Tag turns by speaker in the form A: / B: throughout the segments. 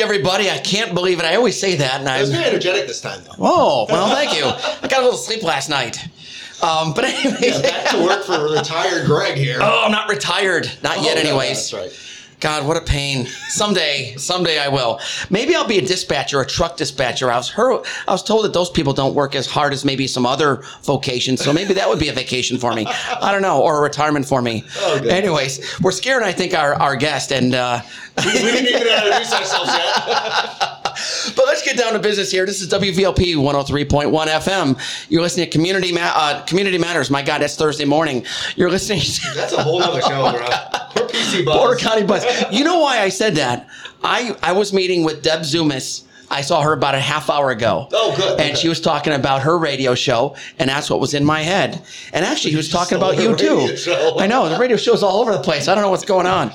A: everybody. I can't believe it. I always say that, and
B: I was
A: I'm
B: very energetic this time, though.
A: oh well, thank you. I got a little sleep last night, um, but anyway.
B: Yeah, back to work for retired Greg here.
A: Oh, I'm not retired, not yet.
B: Oh, no,
A: Anyways,
B: that's right.
A: God, what a pain. Someday, someday I will. Maybe I'll be a dispatcher, a truck dispatcher. I was her, I was told that those people don't work as hard as maybe some other vocations. So maybe that would be a vacation for me. I don't know, or a retirement for me.
B: Oh, good.
A: Anyways, we're scaring, I think, our, our guest. And uh,
B: We didn't even introduce ourselves yet.
A: but let's get down to business here. This is WVLP 103.1 FM. You're listening to Community Ma- uh, Community Matters. My God, that's Thursday morning. You're listening. to-
B: That's a whole other show, bro. We're PC Buzz.
A: Border County Bus. You know why I said that? I I was meeting with Deb Zumas. I saw her about a half hour ago.
B: Oh, good.
A: And she was talking about her radio show, and that's what was in my head. And actually, he was talking
B: Stole
A: about you
B: her radio
A: too.
B: show.
A: I know the radio show's all over the place. I don't know what's going on.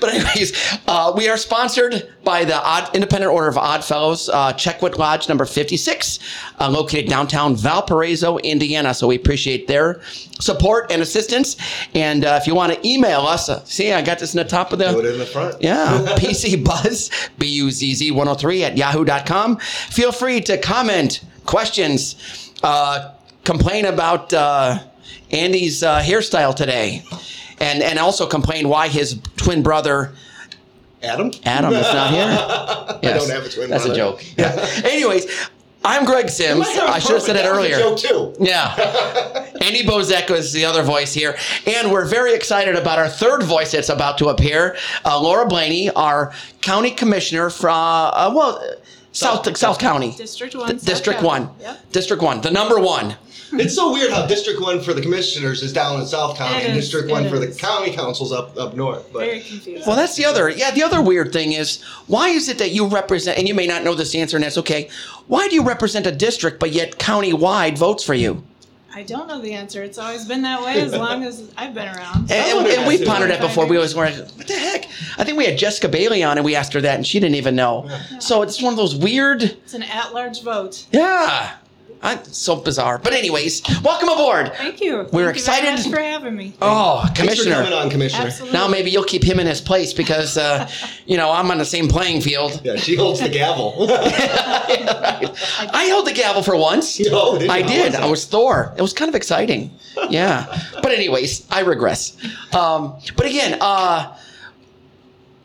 A: But anyways, uh, we are sponsored by the Odd, Independent Order of Odd Fellows, uh, Checkwood Lodge number 56, uh, located downtown Valparaiso, Indiana. So we appreciate their support and assistance. And uh, if you want to email us, uh, see, I got this in the top of the.
B: Do it in the front.
A: Yeah. PC Buzz, B U Z Z 103 at yahoo.com. Feel free to comment, questions, uh, complain about uh, Andy's uh, hairstyle today, and, and also complain why his twin brother.
B: Adam?
A: Adam is not here. Yes.
B: don't have a twin
A: That's
B: brother.
A: a joke. Yeah. Anyways, I'm Greg Sims. I should have said that
B: That was a
A: earlier.
B: joke, too.
A: Yeah. Andy Bozek is the other voice here. And we're very excited about our third voice that's about to appear. Uh, Laura Blaney, our county commissioner from, uh, well, uh, South, South, County.
C: District one,
A: D-
C: South
A: District
C: County.
A: 1.
C: Yep.
A: District 1, the number one.
B: It's so weird how District One for the commissioners is down in South County,
C: It
B: and
C: is,
B: District
C: it
B: One for the
C: is.
B: county councils up up north.
C: Very
B: But
C: confusing.
A: Well, that's the other. Yeah, the other weird thing is why is it that you represent, and you may not know this answer, and that's okay. Why do you represent a district, but yet county-wide votes for you?
C: I don't know the answer. It's always been that way as long as I've been
A: And,
C: around.
A: and,
B: wondered
A: and
B: that
A: we've
B: too.
A: pondered that before. We always were like, what the heck? I think we had Jessica Bailey on and we asked her that and she didn't even know. So it's one of those weird,
C: It's an at-large vote.
A: yeah. I, so bizarre. But, anyways, welcome aboard.
C: Thank you. Thank
A: We're
C: you very
A: excited.
C: much for having me.
A: Oh,
B: thanks for coming
A: Commissioner.
B: on, Commissioner.
C: Absolutely.
A: Now maybe you'll keep him in his place because, uh, you know, I'm on the same playing field.
B: Yeah, she holds the gavel.
A: I held the gavel for once.
B: No, did you?
A: I
B: How
A: did.
B: was
A: I
B: it?
A: was Thor. It was kind of exciting. Yeah. but anyways, I regress. Um, but again, uh,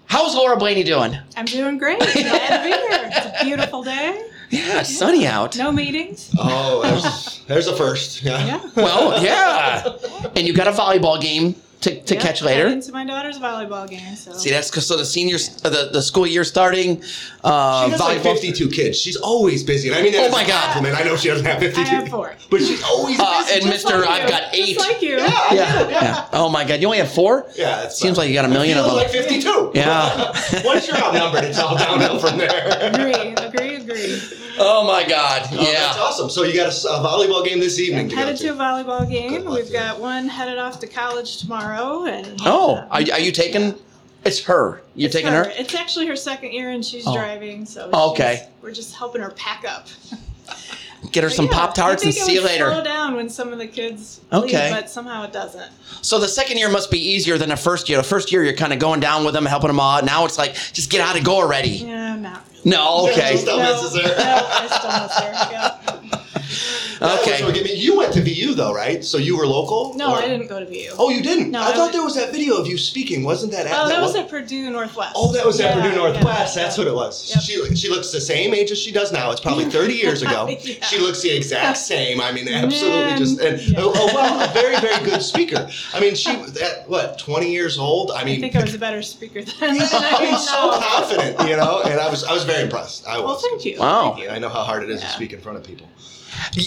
A: how's Laura Blaney doing?
C: I'm doing great. Glad to be here. It's a beautiful day.
A: Yeah, it's sunny out.
C: No meetings.
B: oh, there's, there's a first. Yeah.
C: Yeah.
A: Well, yeah. And you got a volleyball game to, to
C: Yeah,
A: catch later.
C: Into my daughter's volleyball game. So
A: See, that's 'cause- so the seniors, uh, the, the school year starting. Uh,
B: She has like
A: volleyball-
B: 52 kids. She's always busy. And I mean, that
A: Oh
B: as
A: my
B: a
A: God.
B: compliment. I know she doesn't have 52.
C: have four.
B: But she's always busy.
A: Uh, and
C: Just
A: Mr.
C: like
A: I've
C: you.
A: got eight.
C: Just like you.
A: yeah, yeah. Oh my God, you only have four?
B: yeah, it's
A: Seems like you got a million of
B: feels
A: them.
B: like 52.
A: Yeah.
B: Once you're outnumbered, it's all downhill from there.
C: Agree. Agree. Agree.
A: oh my God.
B: Oh, That's
A: Yeah.
B: awesome. So you got a, s- a volleyball game this evening to go
C: Headed to a
B: to.
C: volleyball game.
B: luck
C: We've
B: to you.
C: got one headed off to college tomorrow, and
A: Oh, are, you- are you taking? It's her. You're
C: It's
A: taking her?
C: It's actually her second year, and she's
A: Oh.
C: driving. So
A: Oh,
C: she's-
A: okay.
C: we're just helping her pack up.
A: Get her some Pop Tarts and see you
C: Slow
A: later.
C: down when some of the kids
A: Okay.
C: leave, but somehow it doesn't.
A: So the second year must be easier than the first year. The first year, you're kind of going down with them, helping them out. Now it's like, just get out and go already.
C: Yeah, not really.
A: No, okay.
B: Just don't
C: no,
B: miss her.
C: No, I still miss her. Yeah.
B: That was
A: Okay.
B: what gave me- You went to VU though, right? So you were local?
C: No,
B: Or-
C: I didn't go to VU.
B: Oh, you didn't?
C: No,
B: I,
C: I
B: thought
C: went-
B: there was that video of you speaking. Wasn't that?
C: oh, that was
B: one-
C: at Purdue Northwest.
B: Oh, that was at
C: Yeah,
B: Purdue
C: yeah,
B: Northwest.
C: yeah.
B: That's what it was.
C: Yep.
B: She she looks the same age as she does now. It's probably 30 years ago.
C: Yeah.
B: She looks the exact same. I mean, absolutely
C: Man.
B: just and
C: Yeah.
B: oh, oh, wow, a very very good speaker. I mean, she at what 20 years old. I
C: I
B: mean,
C: think I was a better speaker then. than I
B: I mean,
C: am
B: so
C: now.
B: confident, you know. And I was I was very impressed. I was.
C: Well, thank you.
A: Wow.
C: Thank you.
B: Yeah, I know how hard it is to
C: Yeah.
B: speak in front of people.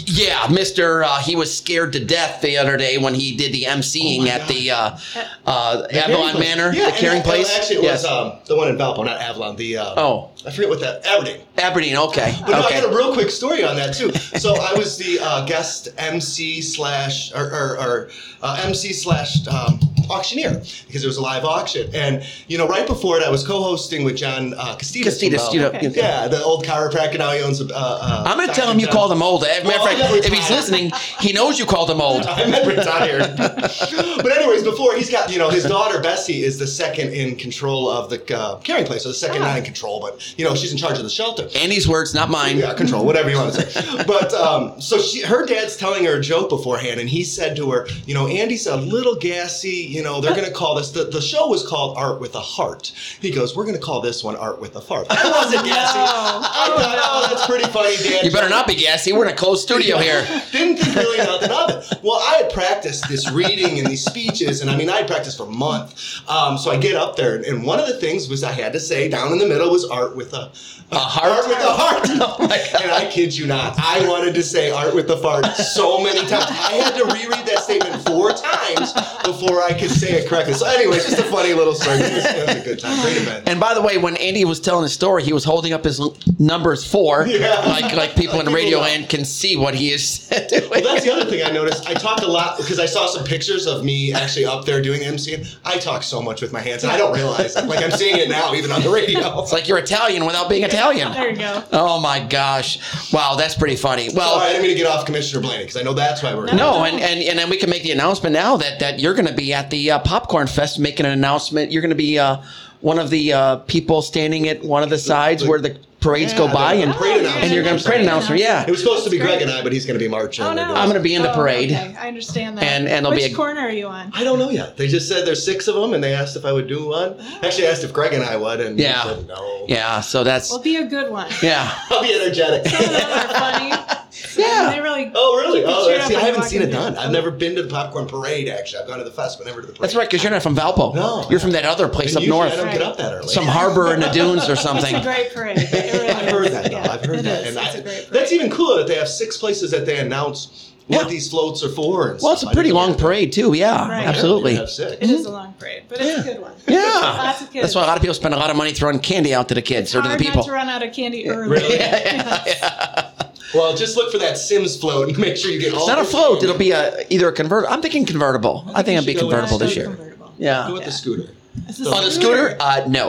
A: Yeah, Mister. Uh, he was scared to death the other day when he did the emceeing
B: Oh my
A: at
B: God.
A: the uh, uh, Avalon Manor,
B: Yeah,
A: the caring
B: and, uh,
A: place.
B: Actually, it
A: yes.
B: was um, the one in Valpo, not Avalon. The um,
A: oh,
B: I forget what that Aberdeen.
A: Aberdeen. Okay.
B: But no, I
A: okay.
B: got a real quick story on that too. So I was the uh, guest MC slash or, or, or uh, MC slash um, auctioneer because there was a live auction. And you know, right before it, I was co-hosting with John uh, Castidas. from
A: Castidas, you know.
B: Bell.
A: you-
B: Yeah, the old chiropractor. Now he owns a. Uh, uh,
A: I'm going to tell
B: Dr.
A: him you
B: John-
A: called him old. As a matter of
B: Well,
A: fact,
B: I'm
A: if he's
B: retired.
A: listening, he knows you called him old.
B: I'm retired. but anyways, before he's got you know his daughter Bessie is the second in control of the uh, caring place, so the second
A: Ah.
B: not in control, but you know she's in charge of the shelter.
A: Andy's words, not mine.
B: Yeah, control, whatever you want to say. But um, so she, her dad's telling her a joke beforehand, and he said to her, you know, Andy's a little gassy. You know, they're going to call this. The, the show was called Art with a Heart. He goes, we're going to call this one Art with a Fart. I wasn't gassy. I thought, oh, that's pretty funny, Dad.
A: You better not be gassy. We're in a closed studio here.
B: Didn't think really nothing of it. Well, I had practiced this reading and these speeches, and I mean, I had practiced for a month. Um, so I get up there, and, and one of the things was I had to say down in the middle was art with a,
A: A heart?
B: art with a heart.
A: Oh
B: and I kid you not, I wanted to say art with a fart so many times. I had to reread that statement four times before I could say it correctly. So, anyways, just a funny little story. It was, it was a good time. Great event.
A: And by the way, when Andy was telling his story, he was holding up his l- numbers four,
B: Yeah.
A: like like people in
B: People
A: radio
B: know.
A: land can see what he is doing.
B: Well, that's the other thing I noticed. I talked a lot because I saw some pictures of me actually up there doing MC. I talk so much with my hands, and I don't realize it. Like I'm seeing it now, even on the radio.
A: It's like you're Italian without being Italian.
C: There you go.
A: Oh my gosh! Wow, that's pretty funny. Well,
B: All right, I'm going to get off Commissioner Blaney because I know that's why we're.
A: no, and, and and then we can make the announcement now that that you're going to be at the uh, popcorn fest making an announcement. You're going to be uh, one of the uh, people standing at one of the sides where the parades go
B: Yeah,
A: by,
B: the
A: and
B: parade announcement.
A: and you're going to parade announcer, yeah.
B: It was supposed to be
C: That's
B: Greg
C: great.
B: and I, but he's going to be marching.
C: Oh, no.
B: They're doing-
A: I'm gonna be in the
C: Oh,
A: parade.
C: okay. I understand that.
A: And- and there'll be
C: Which
A: a-
C: corner are you on?
B: I don't know yet. They just said there's six of them, and they asked if I would do one. Actually, I asked if Greg and I would, and
A: Yeah.
B: he said no.
A: Yeah, so that's
C: Well, be a good one.
A: yeah.
B: I'll be energetic.
C: Some of them are funny. Some of them,
A: Yeah.
C: They really.
B: Oh really?
C: Keep it
B: Oh,
C: cheered
B: that's-
C: up
B: I
C: when
B: haven't
C: you
B: seen
C: walk
B: it
C: in.
B: done. I've never been to the popcorn parade. Actually, I've gone to the fest, but never to the parade.
A: That's right, because you're not from Valpo.
B: No.
A: you're from that other place
B: And
A: up
B: usually
A: north,
B: I don't
C: Right.
B: get up that early.
A: some harbor in the dunes or
C: It's
A: something.
C: a great parade. It really
B: I've heard
C: is.
B: that. Though.
C: Yeah,
B: I've heard
C: it
B: that,
C: is.
B: and I,
C: It's a great
B: that's
C: parade.
B: even cooler that they have six places that they announce what
A: Yeah.
B: these floats are for. And
A: Well, it's a
B: stuff. I
A: pretty
B: didn't
A: long
B: know that.
A: parade too. Yeah,
C: Right.
B: Yeah, you
A: absolutely.
B: have six.
C: It is a long parade, but it's a good one.
A: Mm-hmm. Yeah,
C: Lots of kids.
A: that's why a lot of people spend a lot of money throwing candy out to the kids or to the
C: Hard
A: people.
C: not to run out of candy early.
B: Really?
C: Yeah.
B: Well, just look for that Sims float and make sure you get all.
A: It's not a
B: the-
A: float. It'll be a either a convertible. I'm thinking convertible. I think
B: you
A: it'll be
B: should go with
A: convertible
B: the
A: this year.
C: Convertible.
B: Go
A: Yeah.
B: with the scooter.
C: It's a
A: On the scooter? Uh, no.
C: A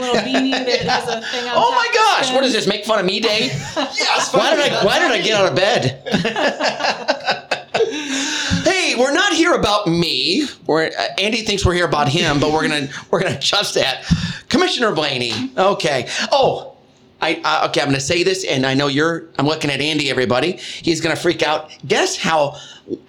C: little beanie that has a thing on
A: Oh
C: top
A: my
C: that
A: gosh! What is
C: spins.
A: this? Make fun of me day?
B: Yes.
A: Why did I Why did I get out of bed? hey, we're not here about me. We're, uh, Andy thinks we're here about him, but we're gonna we're gonna adjust that. Commissioner Blaney. Okay. Oh. I, I, okay, I'm going to say this, and I know you're. I'm looking at Andy. Everybody, he's going to freak out. Guess how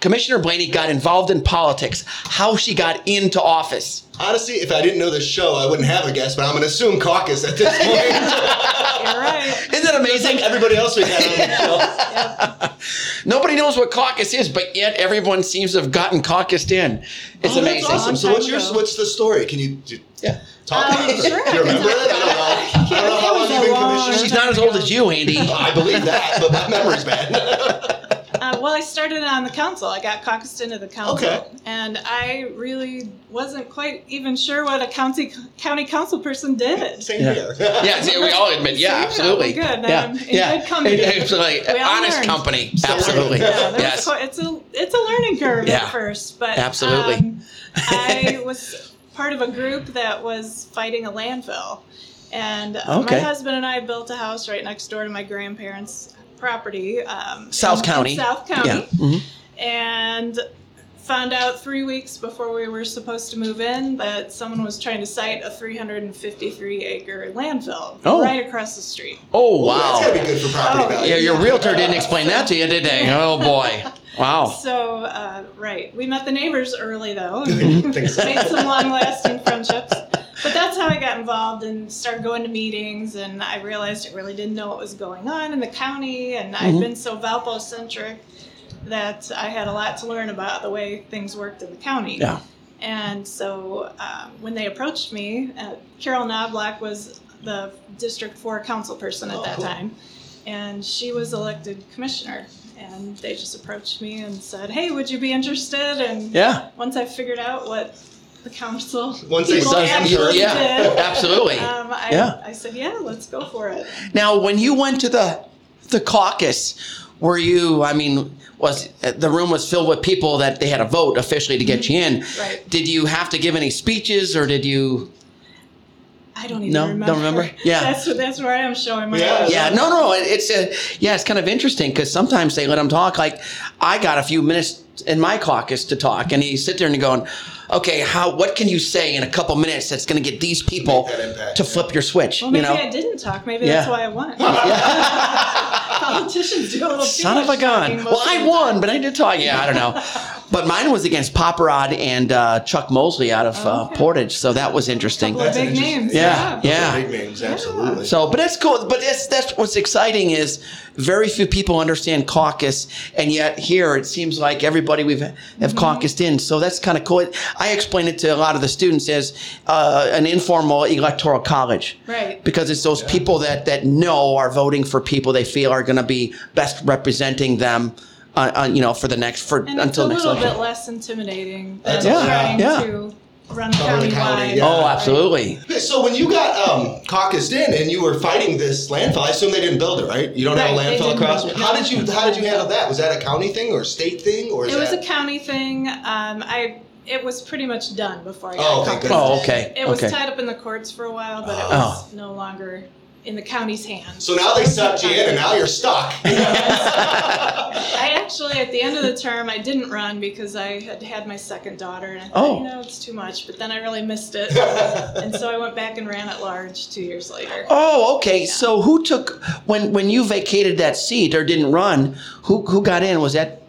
A: Commissioner Blaney got involved in politics? How she got into office?
B: Honestly, if I didn't know this show, I wouldn't have a guess. But I'm going to assume caucus at this point.
C: You're right.
A: Isn't that
B: It's like
A: amazing?
B: everybody else we had on the show.
A: Nobody knows what caucus is, but yet everyone seems to have gotten caucused in. It's
B: Oh,
A: amazing.
B: That's awesome. So
C: Long
B: what's
C: time
B: your
C: ago.
B: what's the story? Can you do,
A: Yeah.
B: talk?
C: Um,
B: about it?
C: sure,
B: Do
C: I
B: you
C: can
B: remember
C: talk
B: it? I don't know. I don't know how long you've
C: It
B: been
C: was a long
B: commissioner.
A: She's not as old as you, Andy.
B: I believe that, but my memory's bad.
C: Uh, well, I started on the council. I got caucused into the council,
B: Okay.
C: and I really wasn't quite even sure what a county county council person did.
B: Same
A: Yeah.
B: here.
A: Yeah, see, we all admit. Yeah,
C: Yeah,
A: absolutely.
C: we're good,
A: Yeah,
C: um, in
A: yeah.
C: good company.
A: Yeah, absolutely.
C: We all
A: Honest
C: learned.
A: company.
B: So learned.
A: absolutely.
B: Yeah,
C: Yeah, there was
A: yes.
C: quite- it's a it's a learning curve
A: Yeah.
C: at first, but
A: Absolutely.
C: um, I was part of a group that was fighting a landfill, and uh,
A: Okay.
C: my husband and I built a house right next door to my grandparents' property, um,
A: South
C: in- in
A: County.
C: South County,
A: Yeah. mhm.
C: and found out three weeks before we were supposed to move in that someone was trying to site a 353 acre landfill
A: Oh.
C: right across the street.
A: Oh
B: That's gotta
A: wow.
B: be good for property
C: Oh,
B: value.
A: Yeah, your realtor didn't explain that to you, did they? Oh boy. Wow.
C: So, uh, right. We met the neighbors early, though.
B: Mhm. Think so.
C: Made some long lasting friendships. But that's how I got involved and started going to meetings. And I realized I really didn't know what was going on in the county. And
A: Mm-hmm.
C: I'd been so Valpo centric that I had a lot to learn about the way things worked in the county.
A: Yeah.
C: And so uh, when they approached me, uh, Carol Knobloch was the District 4 council person at
B: Oh,
C: that
B: cool.
C: time. And she was elected commissioner. And they just approached me and said, hey, would you be interested? And
A: Yeah.
C: once I figured out what the council
B: Once they
C: people
B: said
C: actually
B: you-
A: Yeah.
C: did,
A: Absolutely.
C: um, I,
A: Yeah.
C: I said, yeah, let's go for it.
A: Now, when you went to the the caucus, were you? I mean, was the room was filled with people that they had a vote officially to get you in?
C: Right.
A: Did you have to give any speeches, or did you?
C: I don't even
A: No,
C: remember.
A: don't remember? Yeah.
C: That's, that's where I am showing my
B: Yeah.
C: age.
A: Yeah, no, no. it- It's uh yeah, it's kind of interesting because sometimes they let them talk. Like I got a few minutes in my caucus to talk, and you sit there and you're going, okay, how? What can you say in a couple minutes that's going to get these people
B: that impact,
A: to
B: yeah.
A: flip your switch?
C: Well,
A: you
C: maybe
A: know,
C: I didn't talk. Maybe that's
A: Yeah.
C: why I won.
A: Yeah.
C: Politicians do a little too
A: Son
C: much
A: of a
C: talking
A: gun.
C: most
A: Well,
C: of
A: I
C: the
A: won,
C: time.
A: but I did talk. Yeah, I don't know. But mine was against Pop Rod and uh, Chuck Mosley out of uh,
C: Oh, Okay.
A: Portage, so that was interesting.
C: Couple of
B: That's
C: big
B: interesting.
C: names.
A: Yeah,
B: Those are
A: yeah.
B: Big names, absolutely.
A: So, but that's cool. But that's that's what's exciting is very few people understand caucus, and yet here it seems like everybody we've have
C: Mm-hmm.
A: caucused in. So that's kind of cool. It- I explain it to a lot of the students as uh, an informal electoral college,
C: Right.
A: Because it's those people that that know are voting for people they feel are going to be best representing them, uh, uh, you know, for the next for
C: And
A: until next
C: it's a little
A: election.
C: bit less intimidating than
B: That's awesome.
C: trying
A: Yeah, yeah.
C: to run
B: Cover the
C: county
B: county, yeah.
A: oh, absolutely.
B: Okay, so when you got um, caucused in and you were fighting this landfill, I assume they didn't build it, right? You don't have a
C: Right, they
B: landfill
C: didn't
B: across.
C: build it.
B: How did you How did you handle that? Was that a county thing or a state thing or is
C: It was
B: that
C: a county thing. Um, I it was pretty much done before I got
B: Oh, thank
C: caucused.
B: goodness.
A: Oh, okay,
C: It was
A: okay.
C: tied up in the courts for a while, but it
B: Oh.
C: was no longer in the county's hands.
B: so now they sucked you in and now you're stuck.
C: I actually, at the end of the term, I didn't run because I had had my second daughter, and I thought,
A: Oh.
C: you know, it's too much. But then I really missed it, and so I went back and ran at large two years later.
A: Oh, okay. So who took when when you vacated that seat or didn't run? Who who got in? Was that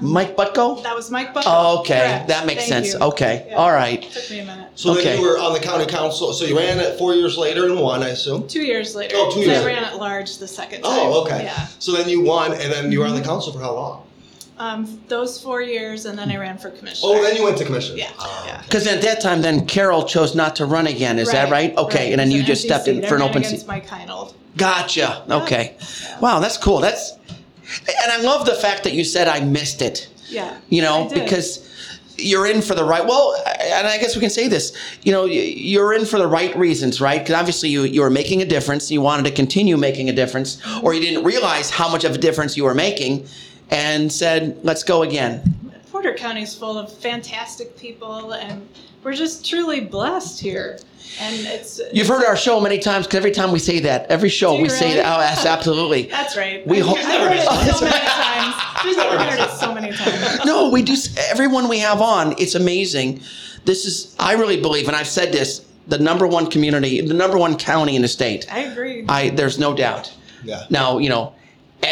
C: Um,
A: Mike Butko?
C: That was Mike Buck.
A: Oh, okay,
C: Correct.
A: that makes
C: Thank
A: sense.
C: you.
A: Okay,
C: Yeah.
A: all right.
C: Took me a minute.
B: so then
A: Okay.
B: you were on the county council. So you ran it four years later and won, I assume.
C: Two years later.
B: Oh, two
C: so
B: years
C: I
B: later.
C: ran at large the second time.
B: Oh, okay.
C: Yeah. Mm-hmm.
B: So then you won and then you were on the council for how long?
C: Um, those four years, and then I ran for commissioner.
B: Oh, then you went to commissioner.
C: Yeah,
B: Ah,
C: yeah.
A: Because at that time, then Carol chose not to run again. Is that right? Okay, and then
C: It was
A: you
C: an
A: just
C: empty
A: stepped in
C: seat.
A: for an
C: I ran
A: open
C: against
A: seat.
C: Mike Heinold.
A: Gotcha. Okay. Wow, that's cool. That's and I love the fact that you said I missed it.
C: Yeah.
A: you know
C: I did.
A: because you're in for the right well and i guess we can say this you know y- you're in for the right reasons right because obviously you, you were making a difference and you wanted to continue making a difference or you didn't realize how much of a difference you were making and said let's go again
C: Porter County is full of fantastic people, and we're just truly blessed here. And it's
A: you've heard our show many times because every time we say that every show
C: Do you
A: we say
C: really?
A: that oh yes, absolutely
C: that's right.
A: We
C: I've
A: hope-
C: heard it
A: That's
C: so many
A: right.
C: times. She's heard it so many times.
A: no, we do. Everyone we have on, it's amazing. This is, I really believe, and I've said this: the number one community, the number one county in the state.
C: I agree.
A: I there's no doubt.
B: Yeah.
A: Now, you know,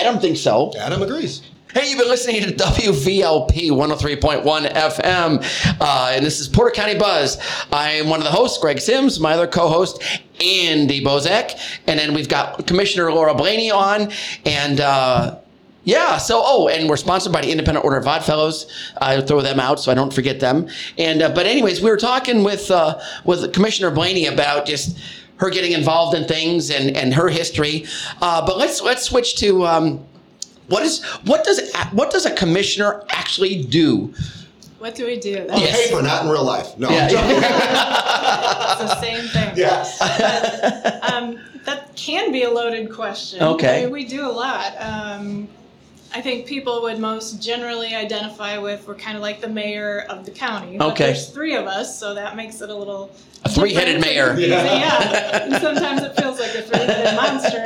A: Adam thinks so.
B: Adam agrees.
A: Hey, you've been listening to WVLP 103.1 FM, uh, and this is Porter County Buzz. I am one of the hosts, Greg Sims, my other co host, Andy Bozek, and then we've got Commissioner Laura Blaney on, and uh, yeah, so, oh, and we're sponsored by the Independent Order of Odd Fellows. I throw them out so I don't forget them. And, uh, but, anyways, we were talking with, uh, with Commissioner Blaney about just her getting involved in things and, and her history. Uh, but let's, let's switch to, um, what is what does a- what does a commissioner actually do?
C: What do we do?
B: On
C: That's
A: Yes.
B: paper, not in real life. No.
A: Yeah.
C: the same thing.
B: Yes.
C: But, um, that can be a loaded question.
A: Okay.
C: I mean, we do a lot. Um, I think people would most generally identify with we're kind of like the mayor of the county. But
A: Okay.
C: There's three of us, so that makes it a little
A: A three-headed
B: mayor.
C: different. Yeah.
B: Yeah.
C: And sometimes it feels like a three-headed monster.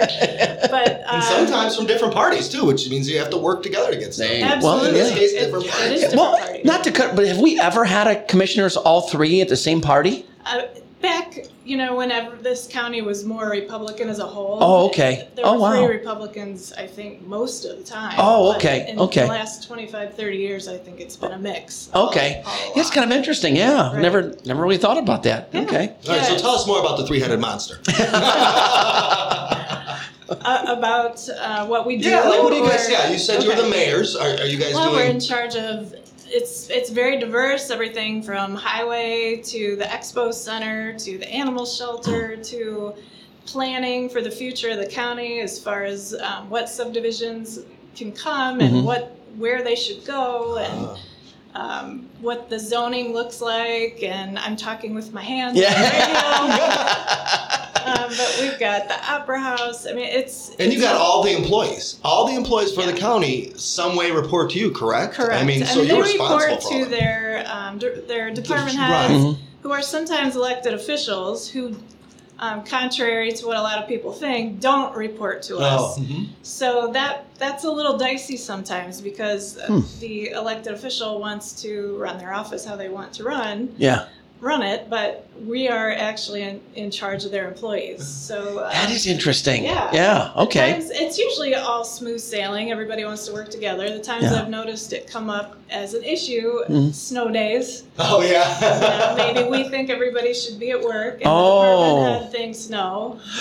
C: But um,
B: And sometimes from different parties too, which means you have to work together to get stuff.
A: Dang.
B: done.
A: Well,
C: absolutely,
A: yeah.
C: It-
B: It's
C: it
B: different
C: is
B: parties.
C: different
A: Well,
C: parties.
A: not to cut, but have we ever had a commissioners all three at the same party?
C: Uh, back, you know, whenever this county was more Republican as a whole.
A: Oh, okay.
C: There
A: Oh,
C: were three
A: wow.
C: Republicans, I think, most of the time.
A: Oh,
C: But
A: okay,
C: in
A: okay.
C: the last 25, 30 years, I think it's been a mix.
A: Okay,
C: Oh,
A: that's kind of interesting. Yeah,
C: Right.
A: never never really thought about that.
C: Yeah.
A: Okay,
B: All right, so
C: Yes.
B: tell us more about the three-headed monster.
C: Uh, about uh, what we do.
B: Yeah, like what do you guys?
C: or-
B: Yeah, you said you're
C: Okay.
B: the mayors. Are, are you guys
C: Well, we're in
B: doing?
C: charge of, it's, it's very diverse, everything from highway to the expo center to the animal shelter to planning for the future of the county as far as um, what subdivisions can come and
B: Mm-hmm.
A: Mhm.
C: what, where they should go and
B: Uh,
C: um, what the zoning looks like and I'm talking with my hands. on the
A: yeah.
C: radio. Um, but we've got the opera house. I mean, it's
B: And you
C: it's-
B: got all the employees. All the employees for the
C: Yeah.
B: county some way report to you, correct?
C: correct.
B: I mean, so
C: they
B: you're responsible
C: report
B: for
C: to
B: all that.
C: their um, d- their department
B: Right.
C: heads,
A: Mm-hmm.
C: who are sometimes elected officials who. Um, contrary to what a lot of people think, don't report to
B: Oh,
C: us.
B: mhm.
C: So that that's a little dicey sometimes because uh, the elected official wants to run their office how they want to run,
A: Yeah.
C: run it, but we are actually in, in charge of their employees. So uh,
A: That is interesting.
C: Yeah.
A: Yeah. Okay.
C: times- it's usually all smooth sailing. Everybody wants to work together. The times
A: Yeah.
C: I've noticed it come up as an issue,
A: Mhm.
C: snow days.
B: oh
C: You know,
B: yeah.
C: maybe we think everybody should be at work, and the
A: Oh.
C: department head thinks no.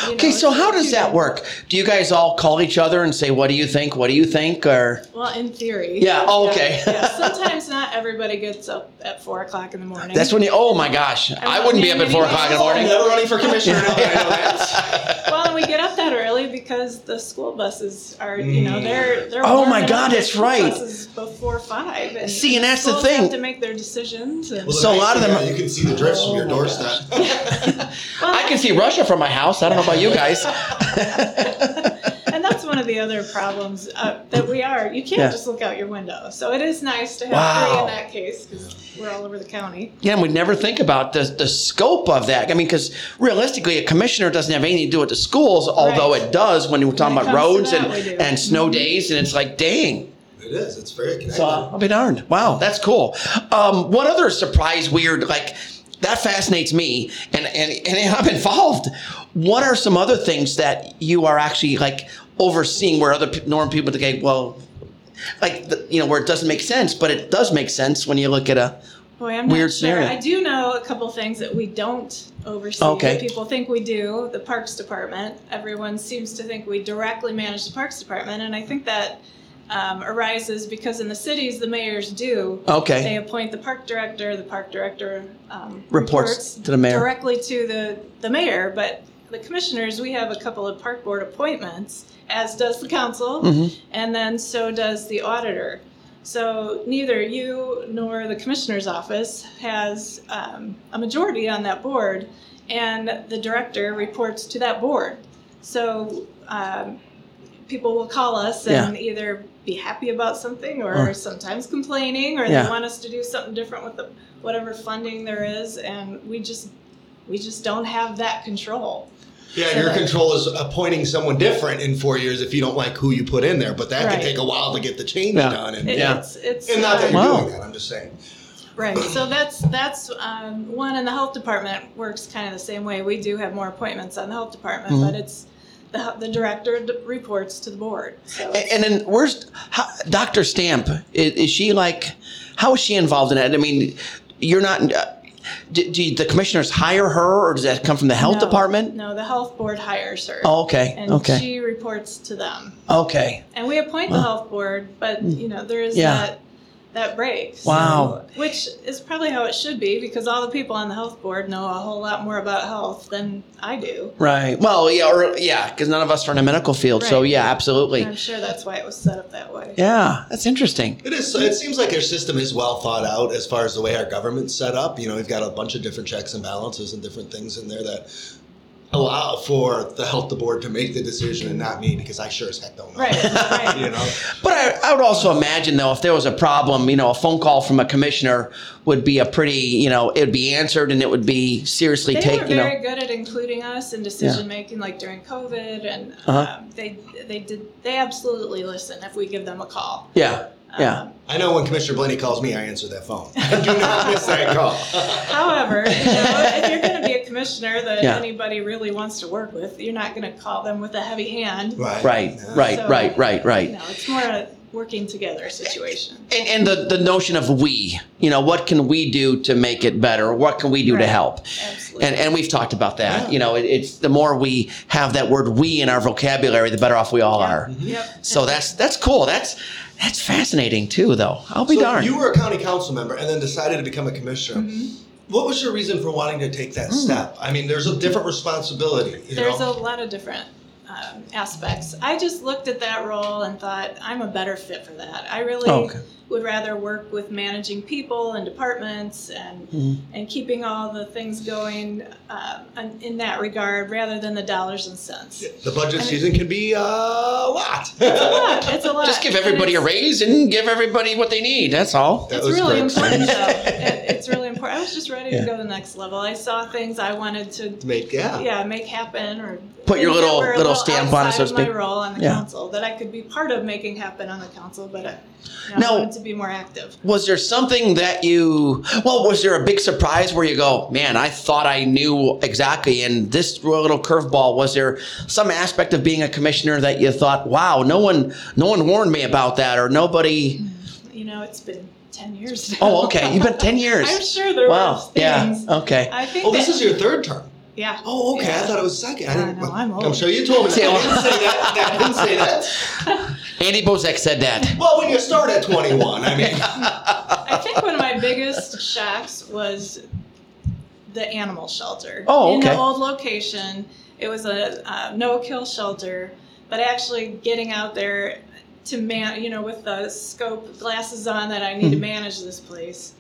C: You
A: Okay,
C: know,
A: so
C: it's
A: how
C: like
A: does
C: two
A: that
C: different-
A: work? Do you guys all call each other and say, "What do you think? What do you think?" Or
C: Well, in theory.
A: Yeah, oh, okay.
C: Yeah, yeah. Sometimes not everybody gets up at four o'clock in the morning.
A: that's when you. Oh my gosh, I wouldn't be up at four o'clock in the
B: I'm
A: morning.
B: never running for commissioner now that I know that.
C: well, and we get up that early because the school buses are, you know, they're they're.
A: Oh my
C: warming up
A: God,
C: the
A: that's
C: school
A: right.
C: Buses before five. And
A: See, and that's the
C: schools have
A: thing.
C: to make their decisions. And,
B: Well, the
A: So a
B: nice
A: lot of
B: thing
A: them-
B: is You can see the drifts from
C: Oh,
B: your doorstep.
C: Well,
A: I can see Russia from my house. I don't know about you guys.
C: and that's one of the other problems uh, that we are. You can't
A: Yeah.
C: just look out your window. So it is nice to have three
A: Wow.
C: in that case because we're all over the county.
A: Yeah, and we never think about the, the scope of that. I mean, because realistically, a commissioner doesn't have anything to do with the schools, although
C: Right.
A: it does when we're talking
C: When it
A: about
C: comes
A: roads
C: to
A: and,
C: that, we do. Mm-hmm.
A: and snow days, and it's like, dang.
B: It is. It's very connected.
A: So I'll be darned. Wow, that's cool. Um, what other surprise, weird, like that fascinates me, and, and, and I'm involved. What are some other things that you are actually like overseeing where other pe- norm people think, well, like, the, you know, where it doesn't make sense, but it does make sense when you look at a,
C: Boy,
A: Weird
C: I'm not sure.
A: scenario.
C: I do know a couple things that we don't oversee
A: Okay.
C: that people think we do. The Parks Department. Everyone seems to think we directly manage the Parks Department, and I think that um, arises because in the cities the mayors do.
A: Oh, okay.
C: They appoint the park director. The park director um,
A: Reports to the mayor.
C: directly to the the mayor, but. The commissioners, we have a couple of park board appointments, as does the council, and then so does the auditor. So neither you nor the commissioner's office has um, a majority on that board, and the director reports to that board. So um, people will call us and either be happy about something or
A: Or-
C: sometimes complaining, or
A: Yeah.
C: they want us to do something different with the, whatever funding there is, and we just we just don't have that control.
B: Yeah, your control is appointing someone different in four years if you don't like who you put in there, but that
C: Right.
B: can take a while to get the change
A: Yeah.
B: done. And,
C: It-
A: Yeah.
C: It's, it's
B: and not that
C: uh,
B: you're
A: Wow.
B: doing that, I'm just saying.
C: Right, so that's, that's, um, one, and the health department works kind of the same way. We do have more appointments on the health department,
A: Mm-hmm.
C: but it's, the, hu- the director d- reports to the board, so.
A: A- And then where's how, Dr. Stamp? Is, is she like, how is she involved in it? I mean, you're not, uh, do, do the commissioners hire her or does that come from the health
C: No,
A: department?
C: No, the health board hires her.
A: Oh, okay.
C: And
A: okay.
C: she reports to them.
A: okay.
C: And we appoint the health board, but, you know, there is
A: Mm. Yeah.
C: that, that break. so-
A: Wow.
C: Which is probably how it should be, because all the people on the health board know a whole lot more about health than I do.
A: Right. Well, yeah, or, yeah, because none of us are in the medical field. So,
C: Right.
A: yeah, absolutely.
C: And I'm sure that's why it was set up that way.
A: Yeah, that's interesting.
B: It is. It seems like our system is well thought out as far as the way our government's set up. You know, we've got a bunch of different checks and balances and different things in there that allow for the health board to make the decision and not me because I sure as heck don't know.
C: Right, right.
B: You know.
A: But I, I would also imagine, though, if there was a problem, you know, a phone call from a commissioner would be a pretty, you know, it would be answered and it would be seriously
C: they
A: taken,
C: were
A: you know.
C: very good at including us in decision making, like during COVID, and
A: Uh-huh.
C: um, they they did they absolutely listen if we give them a call.
A: yeah. Yeah.
C: Um,
B: I know when Commissioner Blaney calls me, I answer that phone. I do not miss that call.
C: however, you know, if you're going to be a commissioner that
A: Yeah.
C: anybody really wants to work with, you're not going to call them with a heavy hand.
B: Right.
A: Right, right,
C: So-
A: right, right, right.
C: You know, it's more a working together situation.
A: and, and the, the notion of we you know what can we do to make it better what can we do to
C: Right.
A: help
C: Absolutely.
A: and and we've talked about that
B: Yeah.
A: you know it, it's the more we have that word we in our vocabulary the better off we all are
C: yep.
A: so that's that's cool that's that's fascinating too though i'll be
B: so
A: darned
B: you were a county council member and then decided to become a commissioner.
C: Mm-hmm.
B: What was your reason for wanting to take that step? I mean, there's a different responsibility. You
C: There's a
B: know?
C: lot of different. Um, um, aspects. I just looked at that role and thought, I'm a better fit for that. I really
A: Oh, okay.
C: would rather work with managing people and departments and
A: Mm-hmm.
C: and keeping all the things going uh, in- in that regard rather than the dollars and cents.
B: The budget season can be uh, a lot.
C: It's a lot. It's a lot.
A: Just give everybody a
C: And it's-
A: raise and give everybody what they need. That's all.
B: That
C: It's
B: was
C: really
B: great.
C: important, though. It- It's really important. I was just ready
A: Yeah.
C: to go to the next level. I saw things I wanted to
B: Make yeah.
C: yeah, make happen or
A: Put your
C: things that
A: little-
C: were a
A: little stamp on it, so to
C: outside of
A: speak.
C: My role on the
A: Yeah.
C: council that I could be part of making happen on the council, but I, you know,
A: Now-
C: I wanted to be more active.
A: Was there something that you, well, was there a big surprise where you go, man, I thought I knew exactly, and this little curveball, was there some aspect of being a commissioner that you thought, wow, no one, no one warned me about that, or nobody,
C: You know, it's been ten years. Now.
A: oh, okay, you've been 10 years.
C: I'm sure there were
A: Wow, yeah,
C: things.
A: okay.
C: I think.
B: Oh, this
C: that-
B: is your third term.
C: yeah.
B: Oh, okay. I
C: Yeah.
B: thought it was second. I
C: Yeah,
B: didn't,
C: no, I'm
B: I'm
C: old.
B: sure you told me. That.
A: Yeah,
B: I
A: well-
B: didn't say that. I didn't say that.
A: Andy Bozek said that.
B: Well, when you start at 21, I mean,
C: I think one of my biggest shocks was the animal shelter.
A: Oh,
C: In the
A: okay.
C: old location, it was a uh, no-kill shelter, but actually getting out there to man, you know, with the scope glasses on that I need
A: Hmm.
C: to manage this place.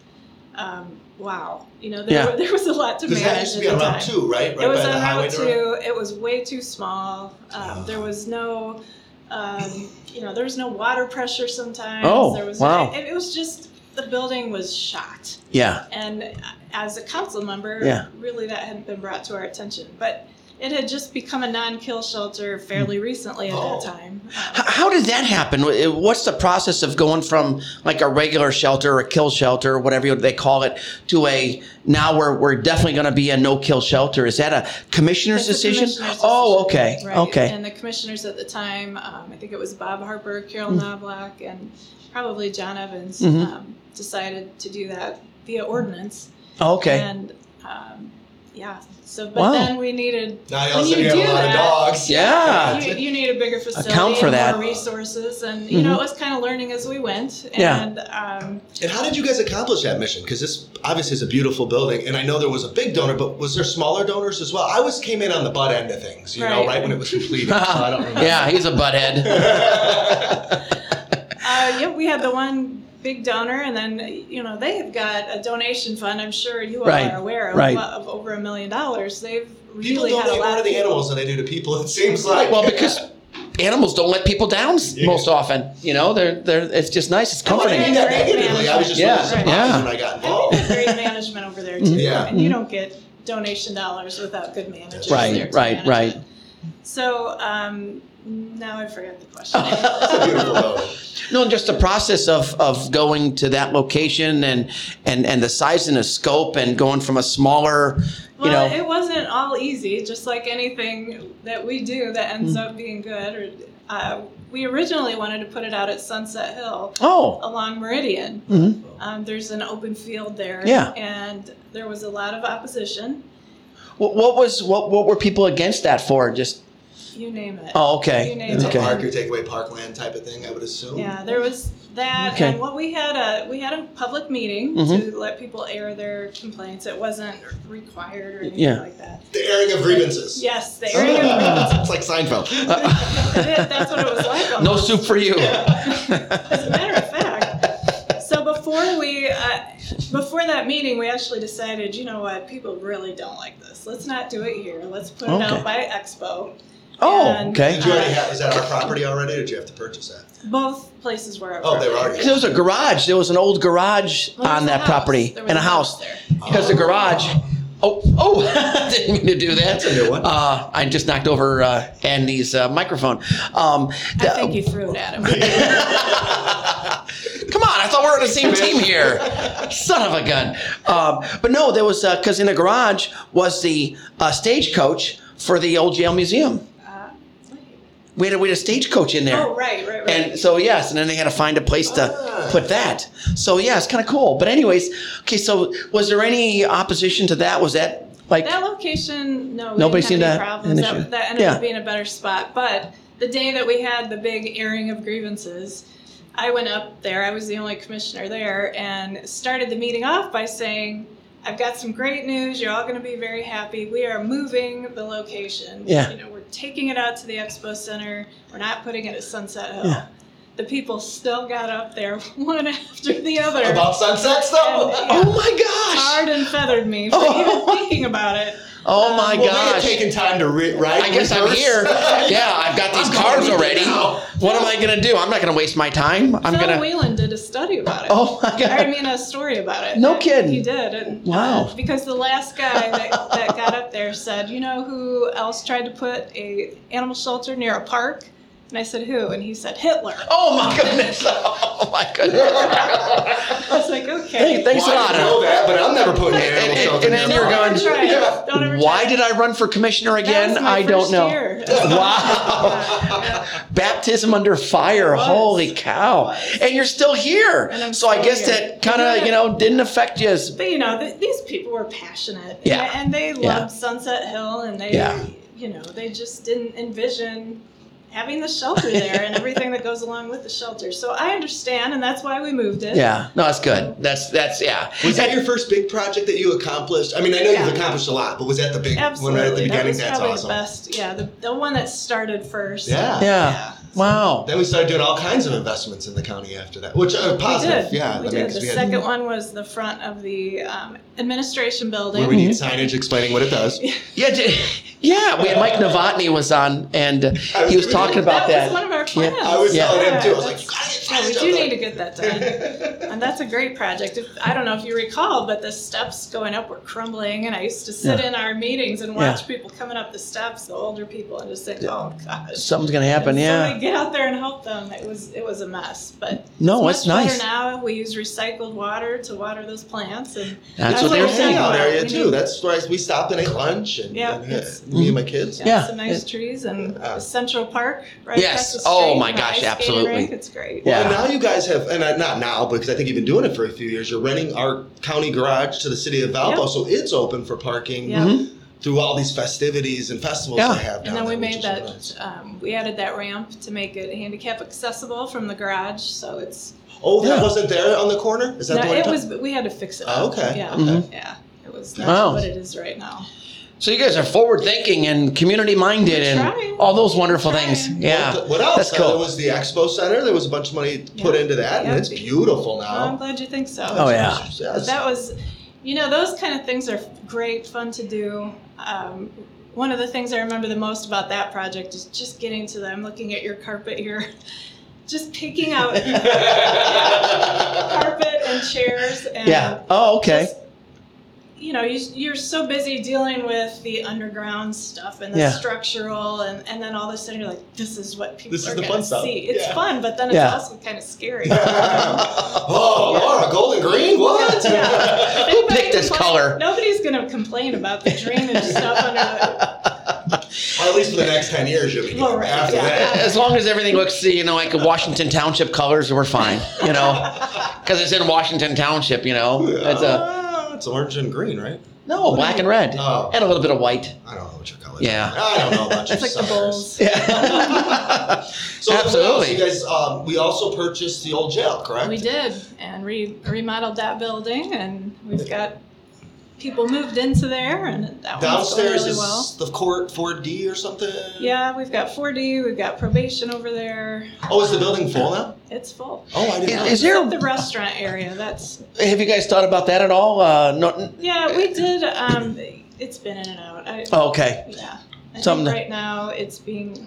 C: Um, wow, you know, there,
A: Yeah.
C: there was a lot to
B: because
C: manage
B: that used to be
C: at
B: on
C: the
B: Route
C: time.
B: 2, right? Right
C: It was
B: by
C: on
B: the highway.
C: Route
B: direct-
C: Two. It was way too small. Um, there was no, um, you know, there was no water pressure sometimes.
A: Oh,
C: there was
A: wow.
C: It, it was just the building was shot,
A: Yeah,
C: and as a council member,
A: Yeah.
C: really that hadn't been brought to our attention, but. It had just become a non-kill shelter fairly recently at
B: Oh.
C: that time.
A: H- Hmm. how did that happen? Wh- What's the process of going from like a regular shelter or a kill shelter, or whatever you- they call it, to a now we're, we're definitely going to be a no kill shelter? Is that a commissioner's
C: It's a
A: decision?
C: commissioner's
A: oh, okay.
C: decision, right.
A: Okay.
C: And the commissioners at the time, um, I think it was Bob Harper, Carol
A: Mm.
C: Knobloch, and probably John Evans,
A: Mhm.
C: um, decided to do that via ordinance.
A: okay.
C: And um, yeah, so but
A: Wow.
C: then we needed
B: Now, you
C: When
B: also
C: you
B: have a
C: do
B: lot of
C: that-
B: dogs.
A: yeah.
C: you, you need a bigger facility,
A: Uh, Account for
C: and
A: that. Mm-hmm.
C: more resources, and you know it was kind of learning as we went.
A: Yeah.
C: And um,
B: And how did you guys accomplish that mission? Because this obviously is a beautiful building, and I know there was a big donor, but was there smaller donors as well? I always came in on the butt end of things, you know,
C: Right.
B: right when it was completed. so I don't remember.
A: yeah, he's a butthead.
C: Uh, yeah, we had the one big donor, and then you know they have got a donation fund. I'm sure you all
A: Right,
C: are aware of,
A: right.
C: of over a million dollars. They've
B: People
C: really
B: donate
C: had a
B: more
C: lot
B: to
C: of
B: the
C: people.
B: animals than they do to people. It seems like.
A: Well, because animals don't let people down s-
B: Yeah.
A: most often. You know, they're they're. It's just nice. It's
B: I didn't mean
A: comforting.
B: that negatively. I was just
A: Yeah,
B: really surprised
A: yeah.
B: when I got
C: I think
B: involved.
C: there's great management over there too,
B: Yeah.
C: and you don't get donation dollars without good managers.
B: Right,
C: there to
A: right,
C: manage
A: right.
C: it. So um, now I forgot the question.
B: It's a beautiful building.
A: No, just the process of of going to that location and and and the size and the scope and going from a smaller, you
C: Well,
A: know.
C: it wasn't all easy, just like anything that we do that ends
A: Mm.
C: up being good. Or, uh, we originally wanted to put it out at Sunset Hill
A: oh.
C: along Meridian.
A: Mhm.
C: Um, there's an open field there.
A: Yeah.
C: And there was a lot of opposition,
A: What, what was what what were people against that for? Just
C: you name it.
A: oh, okay.
C: You named
B: It's a
A: okay.
B: park or take away parkland type of thing, I would assume.
C: Yeah, there was that,
A: Okay.
C: and what we had a we had a public meeting
A: Mhm.
C: to let people air their complaints. It wasn't required or anything
A: Yeah. Oh.
C: like that.
B: The airing of grievances.
C: Yes, the airing of grievances.
B: it's like Seinfeld.
A: Uh,
C: That's what it was like.
A: No
C: almost.
A: soup for you.
C: As a matter of fact. So before we, uh, before that meeting, we actually decided, you know what, people really don't like this. Let's not do it here. Let's put it
A: Okay.
C: out by Expo.
A: Oh,
C: And-
A: okay.
B: Did you already have, is that our property already, or did you have to purchase that?
C: Both places were.
B: Oh, they were already.
A: There was a garage. There was an old garage
C: Well, there was
A: on
C: a
A: that
C: house.
A: property
C: There was
A: and a house.
C: there.
A: because the garage. Oh, oh! Didn't mean to do that.
B: That's a new one.
A: Uh, I just knocked over uh, Andy's uh, microphone. Um,
C: I
A: the-
C: think you threw it at him.
A: Come on! I thought we were on the same team here. Son of a gun! Um, but no, there was because in the garage was the uh, stagecoach for the old jail museum.
C: Uh,
A: We had a, we had a stagecoach in there.
C: Oh, right, right, right.
A: And so yes, and then they had to find a place to
B: Ah.
A: put that. So yeah, it's kind of cool. But anyways, okay. So was there any opposition to that? Was that like
C: that location, no, we
A: Nobody
C: didn't
A: seemed
C: have any
A: to have an
C: problems.
A: issue.
C: That, that ended
A: Yeah.
C: up being a better spot. But the day that we had the big airing of grievances, I went up there. I was the only commissioner there, and started the meeting off by saying, "I've got some great news. You're all going to be very happy. We are moving the location.
A: Yeah.
C: You know, we're taking it out to the expo center. We're not putting it at Sunset Hill. The people still got up there one after the other,
B: About sunset
C: And-
B: stuff.
A: Oh my
C: tarred and feathered me for
A: Oh.
C: even thinking about it.
A: gosh! Oh my
B: Well,
A: gosh!
B: we had taken time to re- right.
A: I guess I'm
B: rehearse.
A: here. Yeah, I've got these
B: I'm
A: cards
B: going with
A: already.
B: it now.
A: What am I gonna do? I'm not gonna waste my time. I'm
C: Phil
A: gonna.
C: Whelan did a study about it.
A: Oh my
C: I
A: god!
C: mean, a story about it.
A: No
C: That
A: kidding.
C: He did. And,
A: Wow.
C: uh, because the last guy that, that got up there said, "You know who else tried to put a animal shelter near a park?" And I said, "Who?" And he said, "Hitler."
A: Oh my goodness! Oh my goodness!
C: I was like, "Okay."
A: Hey, thanks a
B: well,
A: lot.
B: I didn't know that, but I'm never putting an
A: And-
B: animal shelter.
A: and then
B: near
A: you're
B: my
C: Don't
A: going-
C: ever try it.
B: Yeah.
C: Don't ever
A: Why
C: try it.
A: did I run for commissioner
C: That
A: again?
C: was my
A: I don't
C: first
A: know.
C: year.
A: Wow. Baptism under fire.
C: was.
A: Holy cow. And you're still here.
C: And I'm
A: so I
C: still
A: guess
C: here.
A: that kind of, you know, didn't affect you as.
C: But you know, th- these people were passionate,
A: Yeah.
C: and, and they loved
A: Yeah.
C: Sunset Hill, and they,
A: Yeah.
C: you know, they just didn't envision having the shelter there and everything that goes along with the shelter. So I understand, and that's why we moved it.
A: Yeah. No, that's good. That's, that's, yeah.
B: Was that your first big project that you accomplished? I mean, I know
C: Yeah.
B: you've accomplished a lot, but was that the big
C: absolutely.
B: one right at the
C: that
B: beginning?
C: was
B: That's
C: probably
B: awesome.
C: the best. Yeah, the, the one that started first.
B: Yeah.
A: Yeah. Wow.
B: Then we started doing all kinds of investments in the county after that, which are
C: We
B: positive.
C: did.
B: Yeah,
C: we
B: I mean,
C: did.
B: 'cause
C: The
B: we had-
C: second one was the front of the um, administration building.
B: where we need signage explaining what it does.
A: Yeah. d- Yeah. We had Mike Novotny was on and uh, he was talking about
C: that
A: that.
C: was one of our plans.
A: Yeah.
B: I was
A: Yeah.
B: telling him too. I was like,
C: That's-
B: "You gotta get
C: Yeah, we
B: signage
C: do
B: up
C: need to get that done. And that's a great project. If, I don't know if you recall, but the steps going up were crumbling, and I used to sit
A: Yeah.
C: in our meetings and watch people coming up the steps, the older people, and just think, "Oh gosh."
A: Something's going to happen.
C: And
A: Yeah.
C: Somebody get out there and help them. It was it was a mess, but
A: No,
C: it's,
A: it's
C: much
A: Oh, nice.
C: Better now we use recycled water to water those plants, and
A: That's
C: That's
A: what
B: That's
A: they
B: our
A: were
C: what I'm
A: saying.
C: saying.
B: hangout area
C: We
B: too.
C: need-
B: That's where we stopped and ate lunch, and,
C: Yeah,
B: and, uh,
C: it's-
B: me and my kids.
C: yeah,
A: Yeah,
C: some nice
A: it-
C: trees and
B: Yeah.
C: Central Park right
A: Yes.
C: across the
A: Oh,
C: street,
A: my
C: and the
A: gosh,
C: ice skating
A: absolutely.
C: rink. It's great.
A: Yeah.
B: Well, and now you guys have, and uh, not now because I think you've been doing it for a few years. You're renting our county garage to the city of Valpo,
C: Yep.
B: so it's open for parking
A: Mm-hmm.
C: Yeah.
B: through all these festivities and festivals
A: Yeah.
B: they have.
C: And
B: down
C: then we
B: there, which
C: made
B: is
C: that,
B: nice.
C: um, we added that ramp to make it handicap accessible from the garage, so it's,
B: Oh, that
A: Yeah.
B: wasn't there on the corner. Is that
C: no,
B: the one?
C: it
B: you're
C: was, we had to fix it
B: talking- Oh,
C: up.
B: okay.
C: Yeah,
B: okay.
A: Mhm.
C: yeah, it was
A: Wow.
C: not what it is right now.
A: So you guys are forward thinking and community minded and
C: Trying.
A: all those wonderful things.
C: Trying.
A: Yeah.
B: What, what else?
A: That's
B: Uh,
A: cool.
B: there was the expo center. There was a bunch of money put
C: Yeah.
B: into that,
C: Yeah.
B: and it's beautiful
C: Well, I'm
B: now.
C: glad you think so.
A: Oh, yeah.
C: But
B: Yes.
C: That was, you know, those kind of things are great, fun to do. Um, one of the things I remember the most about that project is just getting to them, looking at your carpet here, just picking out carpet and chairs and
A: Yeah. Oh, okay.
C: just, you know, you, you're so busy dealing with the underground stuff and the
A: Yeah.
C: structural, and, and then all of a sudden you're like, this is what people
B: This is
C: are
B: the
C: going
B: fun
C: to
B: stuff.
C: see. It's
B: Yeah.
C: fun, but then it's
A: Yeah.
C: also kind of scary.
B: oh, Laura, golden green. What?
C: Yeah.
A: Who
C: Anybody
A: picked this
C: complain-
A: color?
C: Nobody's going to complain about the drainage stuff under
B: Well, at least for the next 10 years, you'll be good.
C: Well, right,
B: After
C: yeah.
B: that.
A: As long as everything looks, you know, like Washington Township colors, we're fine, you know, because it's in Washington Township, you know. It's a
B: Ah, it's orange and green, right?
A: no black and red
B: Oh.
A: and a little bit of white.
B: I don't know what your color
A: Yeah.
B: is. I don't know about
C: the.
B: your
C: It's like the
B: suckers.
C: bowls.
A: Yeah.
B: So then what
A: Absolutely.
B: else? You guys, um, we also purchased the old jail, correct?
C: We did, and re- remodeled that building, and we've got people moved into there, and that one's going
B: Downstairs
C: really
B: is
C: well.
B: the court 4D or something.
C: Yeah, we've got 4D, we've got probation over there.
B: Oh, is the building full now?
C: It's full.
B: Oh, I didn't. know.
A: Is there?
C: Except the restaurant area. That's
A: Have you guys thought about that at all? Uh, no.
C: yeah. We did. Um, it's been in and out. I,
A: Oh, okay.
C: yeah. I think
A: Something to-
C: right now it's being.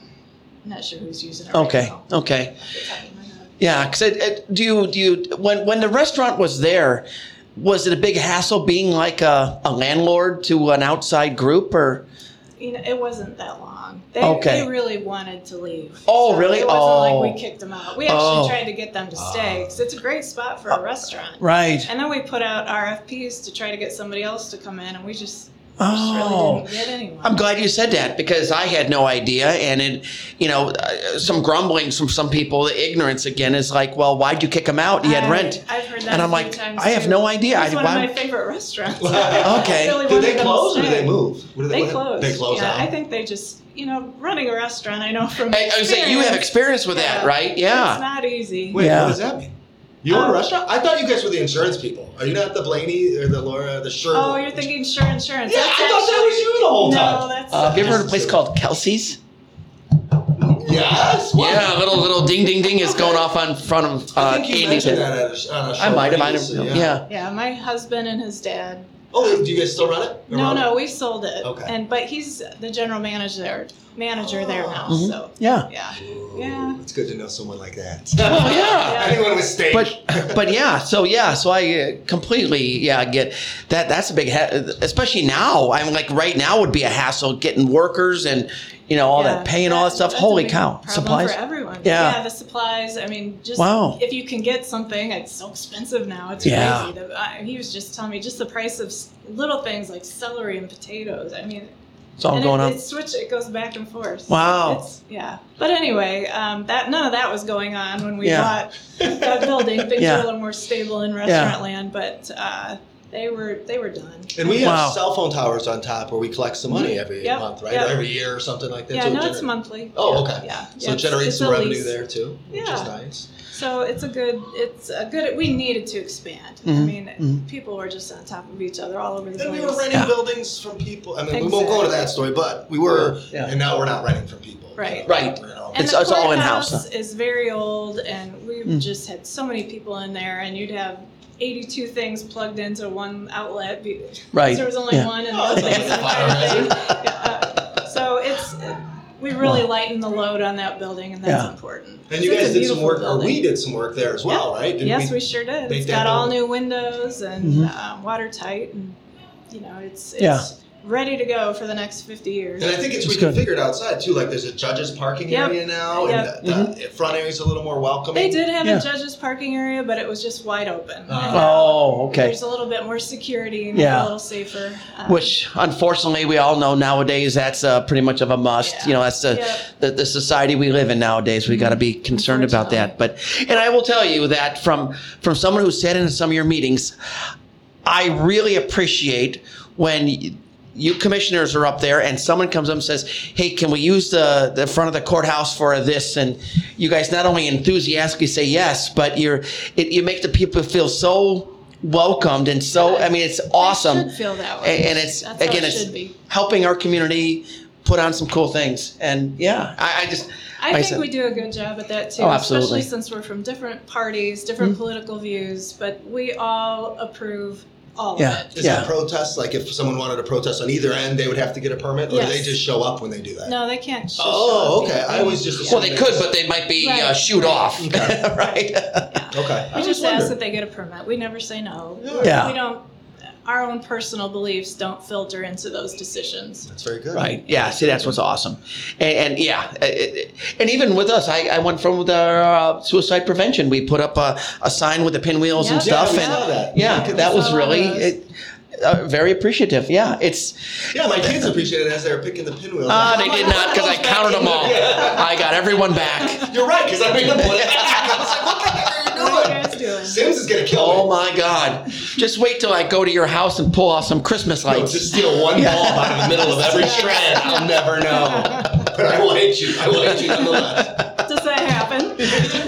C: I'm not sure who's using it. Right
A: Okay.
C: now.
A: Okay.
C: Off the top of my head.
A: Yeah, because it, it, do you do you when when the restaurant was there, was it a big hassle being like a, a landlord to an outside group or?
C: You know, it wasn't that long. They,
A: Okay.
C: they really wanted to leave.
A: Oh, really?
C: It wasn't like
A: Oh.
C: we kicked them out. We actually
A: Oh. Uh,
C: tried to get them to stay because it's a great spot for a restaurant.
A: Right.
C: And then we put out RFPs to try to get somebody else to come in, and we just, we just
A: Oh.
C: really didn't get anyone.
A: I'm glad you said that because I had no idea, and it, you know, uh, some grumblings from some people. The ignorance again is like, well, why'd you kick him out? He had
C: I-
A: rent.
C: I've heard that.
A: And
C: a
A: I'm
C: few
A: like,
C: times,
A: I have
C: too.
A: no idea.
C: It's
A: I-
C: one of
A: why-
C: my favorite restaurants.
A: Okay.
C: I really
B: Did
C: wanted
B: they
C: them to
B: close or did
C: stay.
B: they move? What did
C: They
B: what-
C: closed.
B: They closed
C: yeah,
B: out.
C: I think they just, you know, running a restaurant. I know from
A: I, I was saying you have
C: experience,
A: experience with that,
C: Yeah.
A: right?
C: It's
A: Yeah.
C: not easy.
B: Wait,
A: Yeah.
B: what does that mean? You own
C: Um,
B: a restaurant? I thought you guys were the insurance people. Are you not the Blaney or the Laura, the Sherwood?
C: Oh, you're thinking sure insurance.
B: Yeah, I
C: That's
B: thought that
C: actually-
B: was you the whole
C: no,
B: time. Uh,
C: that's
A: Uh, have you ever heard of a place called Kelsey's?
B: Yes. Wow.
A: Yeah, a little little ding ding ding is going off on front of uh,
B: I think you
A: Andy's
B: mentioned
A: head.
B: that at a, sh- on a show.
A: I might have, I
B: previously,
A: don't, yeah.
C: Yeah, my husband and his dad.
B: Oh, do you guys still run it? Or
C: No,
B: run
C: no, we sold it.
B: Okay.
C: And but he's the general manager manager there
B: Oh.
C: now.
A: Mhm.
C: So
A: Yeah.
C: yeah.
B: it? Ooh,
C: Yeah.
B: It's good to know someone like that.
A: Well, Oh, yeah.
B: Anyone with stage.
A: But but yeah, so yeah, so I uh, completely yeah get that. That's a big, ha- especially now. I'm like right now would be a hassle getting workers and you know all that pay and all that stuff.
C: that's a
A: Holy
C: big
A: cow,
C: problem
A: supplies.
C: for everyone.
A: Yeah.
C: the supplies. I mean, just
A: Wow.
C: if you can get something, it's so expensive now. It's
A: Yeah.
C: crazy. The, I, he was just telling me just the price of s- little things like celery and potatoes. I mean,
A: It's all
C: and
A: Oh, going
C: it,
A: on.
C: It switch. It goes back and forth.
A: Wow.
C: It's, yeah. But anyway, um, that none of that was going on when we
A: Yeah.
C: bought that building. Things
A: Yeah.
C: were a little more stable in restaurant land, but uh, they were they were done.
B: and we have
A: Wow.
B: cell phone towers on top where we collect some money every
C: Mm-hmm. Yep,
B: month, right?
C: yep.
B: Every year or something like that.
C: yeah,
B: so it
C: no, it's
B: gener-
C: monthly.
B: Oh,
C: Yeah,
B: okay.
C: Yeah.
B: So
C: yeah,
B: it generates
C: it's
B: some
C: a
B: revenue
C: lease.
B: there too, which
C: Yeah.
B: is nice.
C: So it's a good, it's a good, we needed to expand. I
A: Mhm,
C: mean,
A: mhm.
C: people were just on top of each other all over the
B: And we
C: place.
B: were renting
A: Yeah.
B: buildings from people. I mean, we won't go into that story, but we were,
A: Yeah.
B: and now we're not renting from people.
C: Right.
A: Right.
B: You know.
C: and
A: It's-
C: the
A: it's all in-house,
C: courthouse Is very old, and we
A: Mm.
C: just had so many people in there, and you'd have 82 things plugged into one outlet. be-
A: Right,
C: There was only
A: yeah.
C: one, and
B: Oh,
C: this
B: that's
C: was
B: a
C: the
B: fire
C: entire thing.
B: hazard.
C: Uh, so it's, we really lightened the load on that building, and that's
A: Yeah.
C: important.
B: And you
C: It's a
B: guys did some
C: beautiful
B: work, or
C: building.
B: we did some work there as well, right? Didn't
C: yes, we, sure did.
B: they
C: It's
B: did
C: got all
B: the-
C: new windows and
A: Mhm.
C: um, watertight, and you know, it's it's
A: Yeah.
C: ready to go for the next fifty years.
B: And I think it's
A: It's
B: reconfigured outside too. Like there's a judge's parking
C: Yep.
B: area now,
C: Yep.
B: and the, the
A: Mm-hmm.
B: front area's a little more welcoming.
C: They did have
A: Yeah.
C: a judge's parking area, but it was just wide open.
B: Ah.
C: And now
A: Oh, okay.
C: There's a little bit more security and
A: Yeah.
C: a little safer. um,
A: Which, unfortunately, we all know nowadays that's uh, pretty much of a must.
C: Yeah.
A: You know, that's the,
C: Yeah. Mm-hmm.
A: the the society we live in nowadays. We got to be concerned about that. But, and I will tell you that from from someone who sat in some of your meetings, I really appreciate when. y- You commissioners are up there, and someone comes up and says, "Hey, can we use the the front of the courthouse for this?" And you guys not only enthusiastically say yes, but you're it, you make the people feel so welcomed and so. I mean, it's
C: they
A: awesome.
C: should feel that
A: A-
C: way.
A: and it's
C: That's how
A: again
C: it
A: it's
C: should be.
A: helping our community put on some cool things and yeah i, I just
C: I
A: like
C: think
A: said-
C: we do a good job at that too,
A: Oh, absolutely. Mm-hmm.
C: especially since we're from different parties, different political views, but we all approve all
A: yeah
C: of it.
B: Is
A: yeah
B: that protest? Like if someone wanted to protest on either end, they would have to get a permit, or
C: Yes.
B: do they just show up when they do that?
C: No, they can't. just
B: Oh,
C: show up.
B: okay. I always just
A: well they could but they might be uh,
C: Right.
A: shoot off
B: Okay.
A: right
B: okay.
C: We
B: I
C: just
B: wondered.
C: ask that they get a permit. We never say no.
A: Yeah.
C: We don't, our own personal beliefs don't filter into those decisions.
B: That's very good.
A: right yeah see that's what's awesome and, and yeah it- it- and even with us i, I went from the uh, suicide prevention we put up a, a sign with the pinwheels and
C: Yeah.
B: Yeah,
A: stuff
B: we
A: and
B: saw that.
A: yeah
B: Look at
A: that
C: we
A: was
C: saw
A: really
C: those.
A: it, uh, very appreciative yeah it's
B: Yeah, my kids appreciated it as they were picking the pinwheels.
A: ah
B: Like,
A: they
B: "Oh my
A: did
B: God,
A: not because i
B: that goes
A: counted
B: back
A: them all
B: in there."
A: i got everyone back
B: You're right, because I made them put it back. I was like, what the heck are you
C: What
B: doing?
C: are you guys doing?
B: Sims is gonna kill
A: Oh
B: me.
A: my God! Just wait till I go to your house and pull off some Christmas
B: No,
A: lights.
B: just steal one
A: Yeah.
B: ball out of the middle of every strand. I'll never know. But I will hate you. I will hate you nonetheless.
C: Does that happen?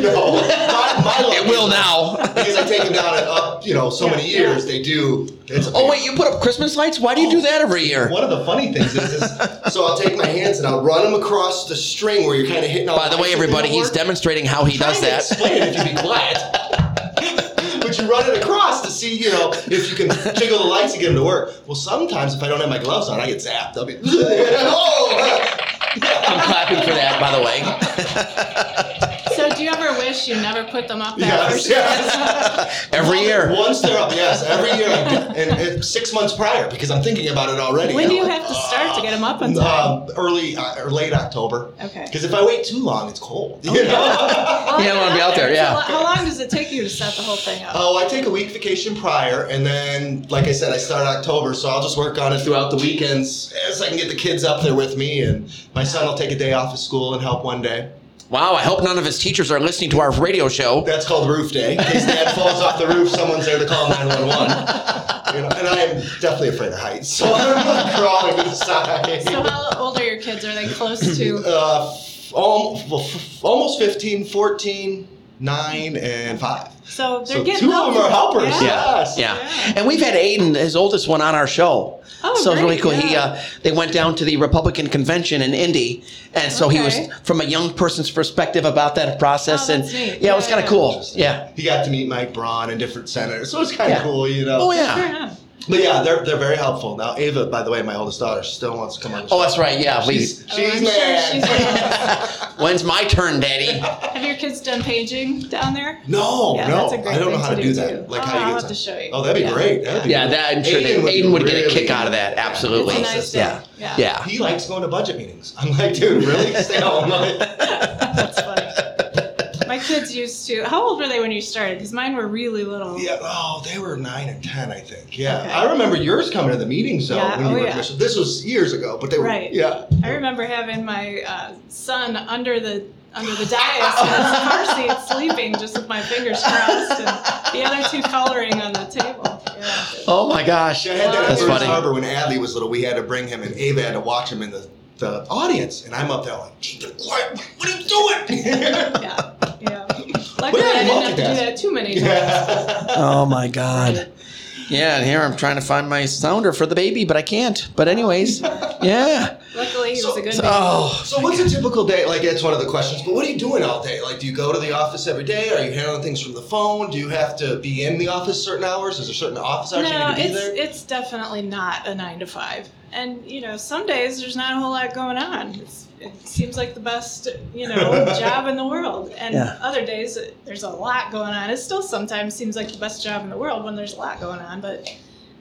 B: No, my, my luck
A: it will
B: is-
A: now.
B: Because I take them down and up, you know, so many
C: Yeah, yeah.
B: years they do. It's
A: Oh wait, you put up Christmas lights? Why do you do that every year?
B: One of the funny things is, is so I'll take my hands and I'll run them across the string where you're kind of hitting. all
A: By the way,
B: nice and
A: everybody,
B: it'll
A: he's
B: work.
A: demonstrating how he does
B: Try to
A: that.
B: Explain it if you be quiet. but you run it across to see, you know, if you can jiggle the lights to get them to work. Well, sometimes if I don't have my gloves on, I get zapped. I'll be, oh!
A: I'm clapping for that, by the way.
C: So do you ever wish you never put them up that
B: Yes,
C: first
B: yes.
A: Every year.
B: Once they're up, yes, every year. I get- And it's six months prior because I'm thinking about it already.
C: When do you
B: I'm
C: have to start to get them up on
B: like,
C: time?
B: um, early uh, or late October.
C: Okay. Oh,
B: Because if I wait too long, it's cold. You know?
C: Well,
A: You don't wanna be out there,
C: it's a
A: yeah.
C: lo- How long does it take you to set the whole thing up?
B: Oh, I take a week vacation prior, and then, like I said, I start October, so I'll just work on it throughout the weekends as I can get the kids up there with me. And my son will take a day off of school and help one day.
A: Wow! I hope none of his teachers are listening to our radio show.
B: That's called roof day. In case dad falls off the roof, someone's there to call 911. You know, and I am definitely afraid of heights, so I'm crawling to the side.
C: So how old are your kids? Are they close to?
B: Uh, f- al- well, f- almost 15, 14, nine, and five.
C: So they're
B: So
C: getting
B: two of them
C: older.
B: are helpers.
C: Yeah.
B: Yes.
A: Yeah.
C: Yeah.
A: And we've had Aiden, his oldest one, on our show.
C: Oh,
A: so it was really
C: great,
A: cool. He
C: yeah.
A: uh, they went down to the Republican convention in Indy, and so he was
C: Okay.
A: from a young person's perspective about that process.
C: Oh,
A: and
C: that's neat.
A: yeah, it was
C: Yeah,
A: kind of
C: yeah.
A: cool. Yeah.
B: He got to meet Mike Braun and different senators, so it's kind of
A: Yeah.
B: cool, you know.
A: Oh
C: Fair
A: yeah.
C: enough.
B: But yeah, they're they're very helpful. Now Ava, by the way, my oldest daughter, still wants to come on. The
A: Oh, that's right. Yeah. We,
B: She's,
C: Oh,
B: she's
C: I'm sure
B: mad.
C: she's mad.
A: when's my turn, Daddy?
C: Have your kids done paging down there?
B: no,
C: Yeah,
B: no,
C: that's a great
B: I don't know
C: thing
B: how
C: to
B: to do,
C: do,
B: that.
C: too.
B: Like
C: Oh,
B: how you
C: I'll
B: get
C: have to show you.
B: Oh, that'd be
C: Yeah.
B: great. That'd be
A: Yeah,
B: great.
A: that, I'm sure that
B: be
A: Aiden would get a
B: really
A: kick out of that.
B: good.
A: Absolutely.
C: It's a nice day.
A: yeah.
C: Yeah.
A: Yeah.
B: He likes going to budget meetings. I'm like, dude, really? Stay home.
C: That's funny. My kids used to. How old were they when you started? Because mine were really little.
B: Yeah. Oh, they were nine and ten, I think. Yeah.
C: Okay.
B: I remember yours coming to the meetings though
C: Yeah,
B: when you
C: oh,
B: were
C: yeah.
B: so this was years ago, but they were
C: Right.
B: yeah.
C: I remember having my uh, son under the under the dais in his car seat sleeping, just with my fingers crossed, and the other two coloring on the table. Yeah.
A: Oh my gosh.
B: I had that
A: That's
B: at Burns
A: funny.
B: Harbor when Adley was little. We had to bring him, and Ava had to watch him in the, the audience. And I'm up there like, "Keep it quiet. What are you doing?
C: Yeah. Yeah. Luckily, I didn't have to do that too many times.
B: yeah.
A: Oh my God. Yeah, and here I'm trying to find my sounder for the baby, but I can't. But anyways, yeah.
C: Luckily, he was a good
A: So-
C: baby.
A: oh,
B: So what's a typical day? Like that's one of the questions. But what are you doing all day? Like, do you go to the office every day? Are you handling things from the phone? Do you have to be in the office certain hours? Is there certain office hours you
C: No,
B: need to be
C: it's
B: there?
C: it's definitely not a nine to five. And you know, some days there's not a whole lot going on. It's, it seems like the best you know job in the world. And
A: Yeah.
C: other days uh, there's a lot going on. It still sometimes seems like the best job in the world when there's a lot going on. But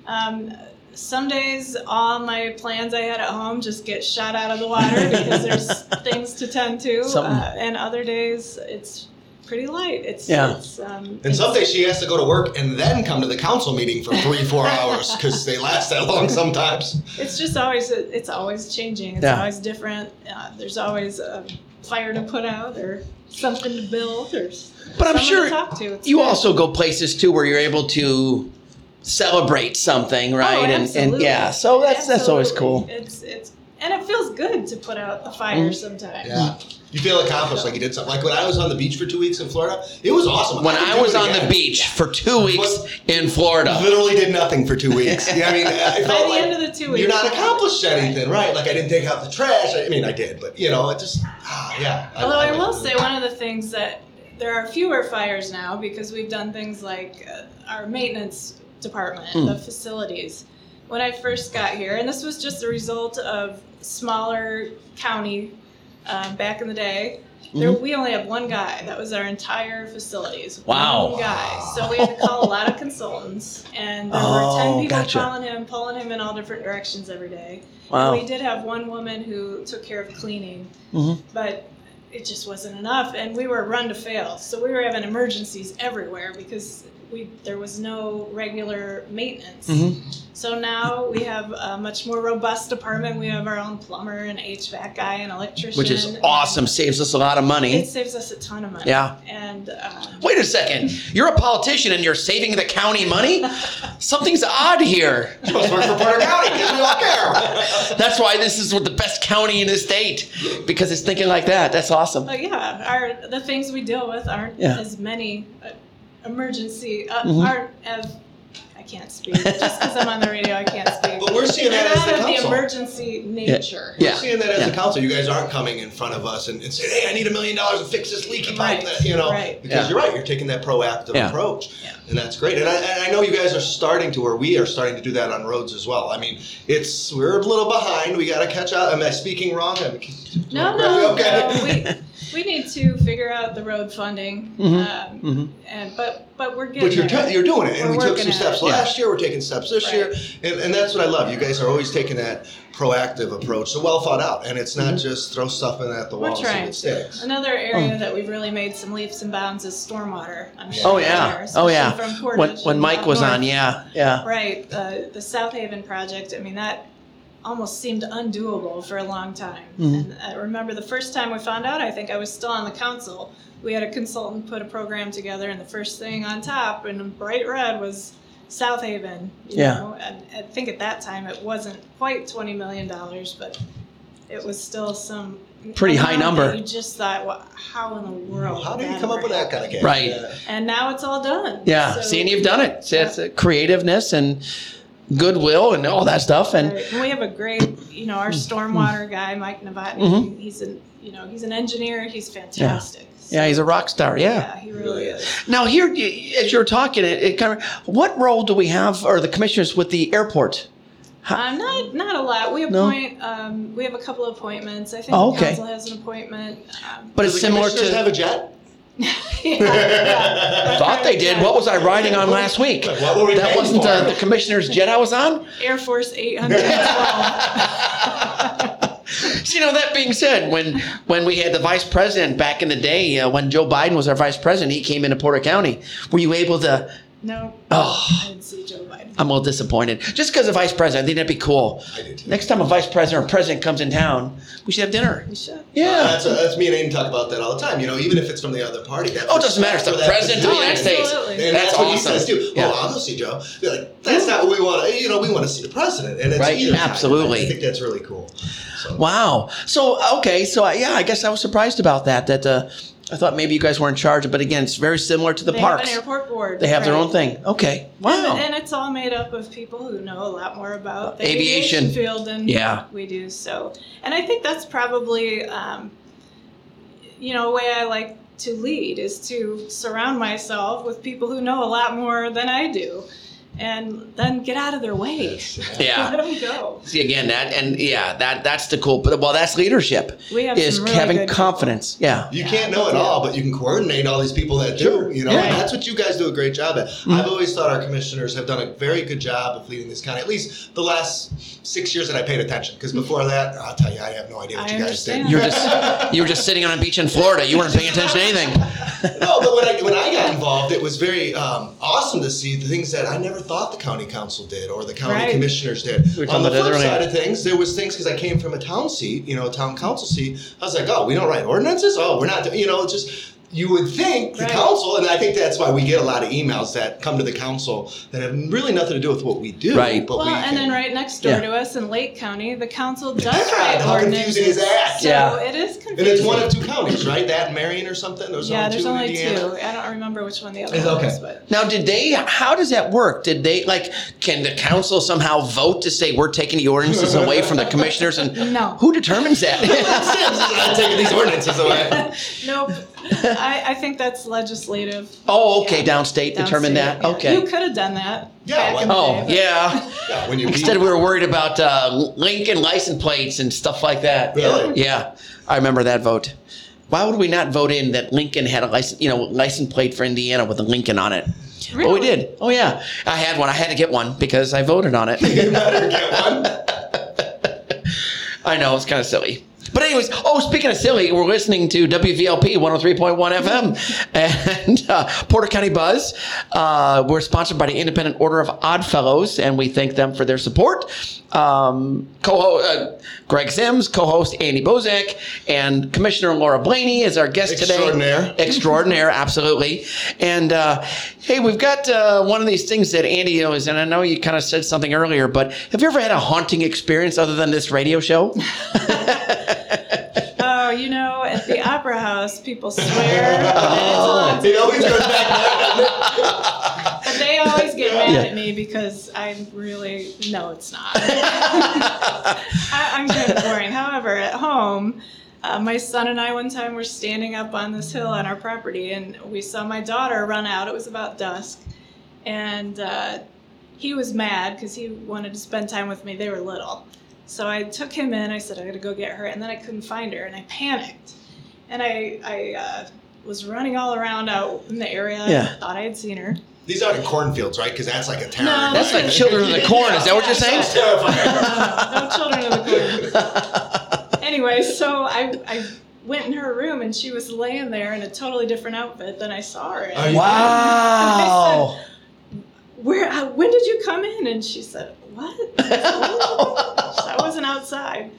C: um, some days all my plans I had at home just get shot out of the water because there's things to tend to.
A: Something.
C: Uh, and other days it's pretty light. It's
A: Yeah.
C: It's, um,
B: And
C: it's-
B: some days she has to go to work and then come to the council meeting for three, four hours because they last that long sometimes.
C: It's just always it's always changing. It's
A: Yeah.
C: always different. Uh, there's always a fire to put out or something to build or.
A: But I'm
C: someone
A: sure
C: to talk to. It's
A: you
C: good.
A: also go places too where you're able to celebrate something, right?
C: Oh,
A: and, and
C: absolutely.
A: yeah, so that's that's always cool. Mm-hmm.
C: Absolutely. It's it's and it feels good to put out the fire sometimes.
B: Yeah. You feel accomplished like you did something. Like when I was on the beach for two weeks in Florida, it was awesome.
A: When
B: could
A: I
B: do
A: was
B: it
A: on the
B: again.
A: beach for two weeks
B: What-
A: in Florida.
B: literally did nothing for two weeks. Yeah, I mean, I
C: By
B: felt
C: the
B: like
C: end of the two weeks,
B: you're not accomplished anything, right? Like I didn't take out the trash. I mean, I did, but you know, it just ah, yeah.
C: Although I will
B: like-
C: say one of the things that there are fewer fires now because we've done things like uh, our maintenance department,
A: Hmm.
C: the facilities. When I first got here, and this was just the result of smaller county um, back in the day. There,
A: Mm-hmm.
C: we only had one guy. That was our entire facilities.
A: Wow.
C: One guy. So we had to call a lot of consultants, and there were
A: Oh,
C: ten people
A: gotcha.
C: calling him, pulling him in all different directions every day. And
A: Wow.
C: We did have one woman who took care of cleaning,
A: Mhm.
C: but it just wasn't enough, and we were run to fail. So we were having emergencies everywhere because we there was no regular maintenance.
A: Mhm.
C: So now we have a much more robust department. We have our own plumber and HVAC guy and electrician,
A: Which is awesome, saves us a lot of
C: It
A: money.
C: saves us a ton of money.
A: Yeah.
C: and um,
A: Wait a second, you're a politician and you're saving the county money? Something's odd here.
B: you must work for Porter County because we don't care.
A: That's why this is the best county in the state because it's thinking like that. That's awesome.
C: but yeah, our the things we deal with aren't
A: Yeah.
C: as many uh, emergency uh,
A: Mhm.
C: aren't as I can't speak just because I'm on the radio. I can't speak.
B: But we're seeing that
C: They're
B: as
C: out
B: the
C: of the
B: council.
C: emergency nature.
A: Yeah.
B: We're seeing that as
A: Yeah.
B: a council. You guys aren't coming in front of us and, and saying, hey, I need a million dollars to fix this leaky pipe.
C: Right.
B: That, you know,
C: Right.
B: because
A: Yeah.
B: you're right. You're taking that proactive
A: Yeah.
B: approach.
C: Yeah.
B: And that's great. And I, and I know you guys are starting to, or we are starting to do that on roads as well. I mean, it's, we're a little behind. We got to catch up. Am I speaking wrong? I'm,
C: No, no,
B: Okay.
C: no. We,
A: Mm-hmm.
C: we need to figure out the road funding. Um,
A: Mhm.
C: And but but we're getting.
B: But you're,
C: there.
B: t- you're doing it, and
C: We're
B: we took
C: working
B: some
C: at
B: steps
C: it.
B: last year. We're taking steps this
C: Right.
B: year, and, and that's what I love. You guys are always taking that proactive approach, so well thought out, and it's
C: Mm-hmm.
B: not just throw stuff in at the
C: We're
B: wall and see
C: trying
B: what sticks.
C: Another area that we've really made some leaps and bounds is stormwater. I'm sure
A: Oh
C: you
A: yeah.
C: are,
A: Oh
C: especially
A: yeah.
C: From
A: When,
C: Portage
A: when
C: and
A: Mike
C: up
A: was on,
C: north.
A: yeah, yeah.
C: Right, uh, the South Haven project. I mean that almost seemed undoable for a long time.
A: Mm-hmm.
C: And I remember the first time we found out. I think I was still on the council. We had a consultant put a program together, and the first thing on top in bright red was South Haven. you
A: Yeah.
C: know, and I think at that time it wasn't quite twenty million dollars, but it was still some
A: Pretty high
C: amount
A: number.
C: that You just thought, well, how in the world?
B: How
C: did
B: do you come up
C: ever
B: with that kind of
C: happen?
B: game?
A: Right.
B: Yeah.
C: And now it's all done.
A: Yeah.
C: So-
A: See, and you've done it. See, it's uh, creativeness and goodwill and all that stuff. And Mm-hmm.
C: Right. And we have a great, you know, our stormwater guy, Mike Novotny.
A: Mhm.
C: He's an, you know, he's an engineer. He's fantastic. So,
A: yeah, he's a rock star. Yeah.
C: he really is.
A: Now here, y- as you were talking, it, it kind of what role do we have, or the commissioners with the airport?
C: Um, not not a lot. We
A: No?
C: appoint. Um, we have a couple of appointments. I think
A: Oh,
C: the
A: okay.
C: council has an appointment. Um,
A: But
B: Does
A: it's
B: the
A: similar
B: commissioners
A: to.
B: have a jet?
C: yeah.
A: thought they did. What was I riding on last week?
B: What were we
A: That
B: paying
A: wasn't
B: for?
A: uh, the commissioner's jet I was on.
C: Air Force 812.
A: So, you know, that being said, when when we had the vice president back in the day, uh, when Joe Biden was our vice president, he came into Porter County. Were you able to?
C: no,
A: Oh.
C: I didn't see Joe Biden.
A: I'm a little disappointed. Just because of vice president, I think that'd be cool.
B: I did.
A: Next time a vice president or president comes in town, we should have dinner.
C: We should.
B: Uh,
A: Yeah.
B: that's, that's me and Aiden talk about that all the time. You know, even if it's from the other party. That
A: Oh, it doesn't matter. It's the
B: for that
A: president of the
B: position.
A: United States.
C: Absolutely.
B: And that's,
A: That's
B: what he
A: awesome.
B: says too.
A: Yeah.
B: Oh, I'll go see Joe. They're like, that's not what we want. You know, we want to see the president, and it's
A: Right,
B: either side.
A: absolutely.
B: I think that's really cool. So,
A: Wow. So okay. So I- yeah, I guess I was surprised about that. That uh, I thought maybe you guys were in charge, but again, it's very similar to the
C: they
A: parks.
C: have an airport board.
A: they have their
C: right.
A: own thing. Okay.
C: And,
A: Wow.
C: and it's all made up of people who know a lot more about the
A: Aviation.
C: aviation, field than
A: Yeah.
C: we do. So, and I think that's probably, um, you know, a way I like to lead is to surround myself with people who know a lot more than I do, and then get out of their way.
B: yes.
A: Yeah.
C: Let them go.
A: See again that and yeah that that's the cool. But well, that's leadership
C: We have
A: is
C: some really
A: having
C: good
A: confidence. Yeah.
B: You can't know it all, but you can coordinate all these people that do. You know,
A: Yeah. Mm-hmm.
B: And that's what you guys do a great job at. I've always thought our commissioners have done a very good job of leading this county. At least the last six years that I paid attention, because before that, I'll tell you, I have no idea what
C: I
B: you guys did.
C: understand.
A: Mm-hmm. You're just you were just sitting on a beach in Florida. You weren't paying attention to anything.
B: no, but when I when I got involved, it was very um, awesome to see the things that I never thought the county council did or the county
C: Right.
B: commissioners did.
A: We were talking
B: On the
A: about that
B: flip
A: earlier.
B: side of things, there was things because I came from a town seat, you know, a town council seat. I was like, oh, we don't write ordinances. Oh, we're not, do-" you know, it's just. You would think the
C: Right.
B: council, and I think that's why we get a lot of emails that come to the council that have really nothing to do with what we do.
A: Right.
B: But
C: Well,
B: we
C: and
B: can-
C: then right next door
A: Yeah.
C: to us in Lake County, the council does
B: God,
C: write
B: how confusing
C: ordinances.
B: is that?
C: So
A: Yeah.
C: it is confusing.
B: and it's one of two counties, right? That and Marion or something. There's
C: yeah,
B: only
C: there's
B: two
C: only
B: in Indiana.
C: two. I don't remember which one the other
B: It's
C: one
B: okay.
C: is, but
A: Now, did they? How does that work? Did they like? Can the council somehow vote to say we're taking the ordinances away from the commissioners? And
C: No.
A: who determines that?
B: I'm taking these ordinances away.
C: Nope. I, I think that's legislative.
A: oh, okay. Downstate determined that.
C: Yeah.
A: Okay.
C: You could have done that.
B: Yeah,
C: Back in the
A: Oh,
C: day,
A: yeah.
B: Yeah, when you
A: Instead,
B: read-
A: we were worried about uh, Lincoln license plates and stuff like that.
B: Really?
A: Yeah, I remember that vote. Why would we not vote in that Lincoln had a license, you know, license plate for Indiana with a Lincoln on it? But
C: but-
A: we
C: Really?
A: did. Oh yeah, I had one. I had to get one because I voted on it.
B: you better get one.
A: I know it's kind of silly. But anyways, oh, speaking of silly, we're listening to WVLP 103.1 FM and uh, Porter County Buzz. Uh, we're sponsored by the Independent Order of Odd Fellows, and we thank them for their support. Um, co uh, Greg Sims, co-host Andy Bozak, and Commissioner Laura Blaney is our guest today.
B: Extraordinaire.
A: Extraordinaire, absolutely. And uh, hey, we've got uh, one of these things that Andy is, and I know you kind of said something earlier, but have you ever had a haunting experience other than this radio show?
C: Oh, you know, at the Opera House, people swear.
A: Oh.
C: that it's a lot,
B: It always goes back.
C: but they always get mad
A: Yeah.
C: at me because I'm really, no, it's not. I, I'm good at boring. However, at home, uh, my son and I one time were standing up on this hill on our property, and we saw my daughter run out. It was about dusk, and uh, he was mad because he wanted to spend time with me. They were little, so I took him in. I said I got to go get her, and then I couldn't find her, and I panicked, and I I uh, was running all around out in the area.
A: Yeah.
C: thought I had seen her.
B: These aren't cornfields, right? Because that's like a town.
C: No.
A: That's like Children of the Corn. Is that what you're saying?
B: That's terrifying.
C: no children of the corn. anyway, so I, I went in her room and she was laying there in a totally different outfit than I saw her in.
B: Are you-
A: Wow.
C: Where? uh, When did you come in? And she said, "What? I wasn't outside."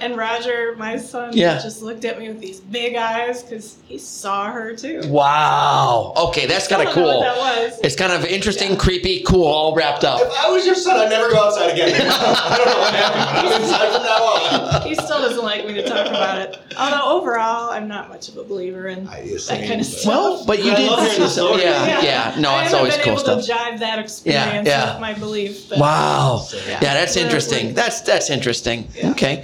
C: And Roger, my son,
A: Yeah.
C: just looked at me with these big eyes because he saw her too.
A: Wow. Okay, that's kind of
C: I don't know
A: cool.
C: what that was.
A: It's kind of interesting, creepy, cool, all wrapped
B: If
A: up.
B: I was your son, I'd never go outside again. I don't know what happened, but I'm inside from now on.
C: He still doesn't like me to talk about it. Although overall, I'm not much of a believer in
B: I- it's
C: that kind
B: mean,
C: of
B: but-
C: stuff.
A: Well, but you
B: I
A: did.
B: love hearing the
A: so-
B: story.
A: yeah, yeah, No,
C: I
A: it's
C: haven't
A: always
C: been
A: cool
C: able
A: stuff.
C: To jive that experience
A: yeah.
C: with my belief. But
A: Wow.
B: Yeah.
A: Yeah, that's
C: Where-
A: interesting.
C: where-
A: That's that's interesting.
C: Yeah.
A: Okay.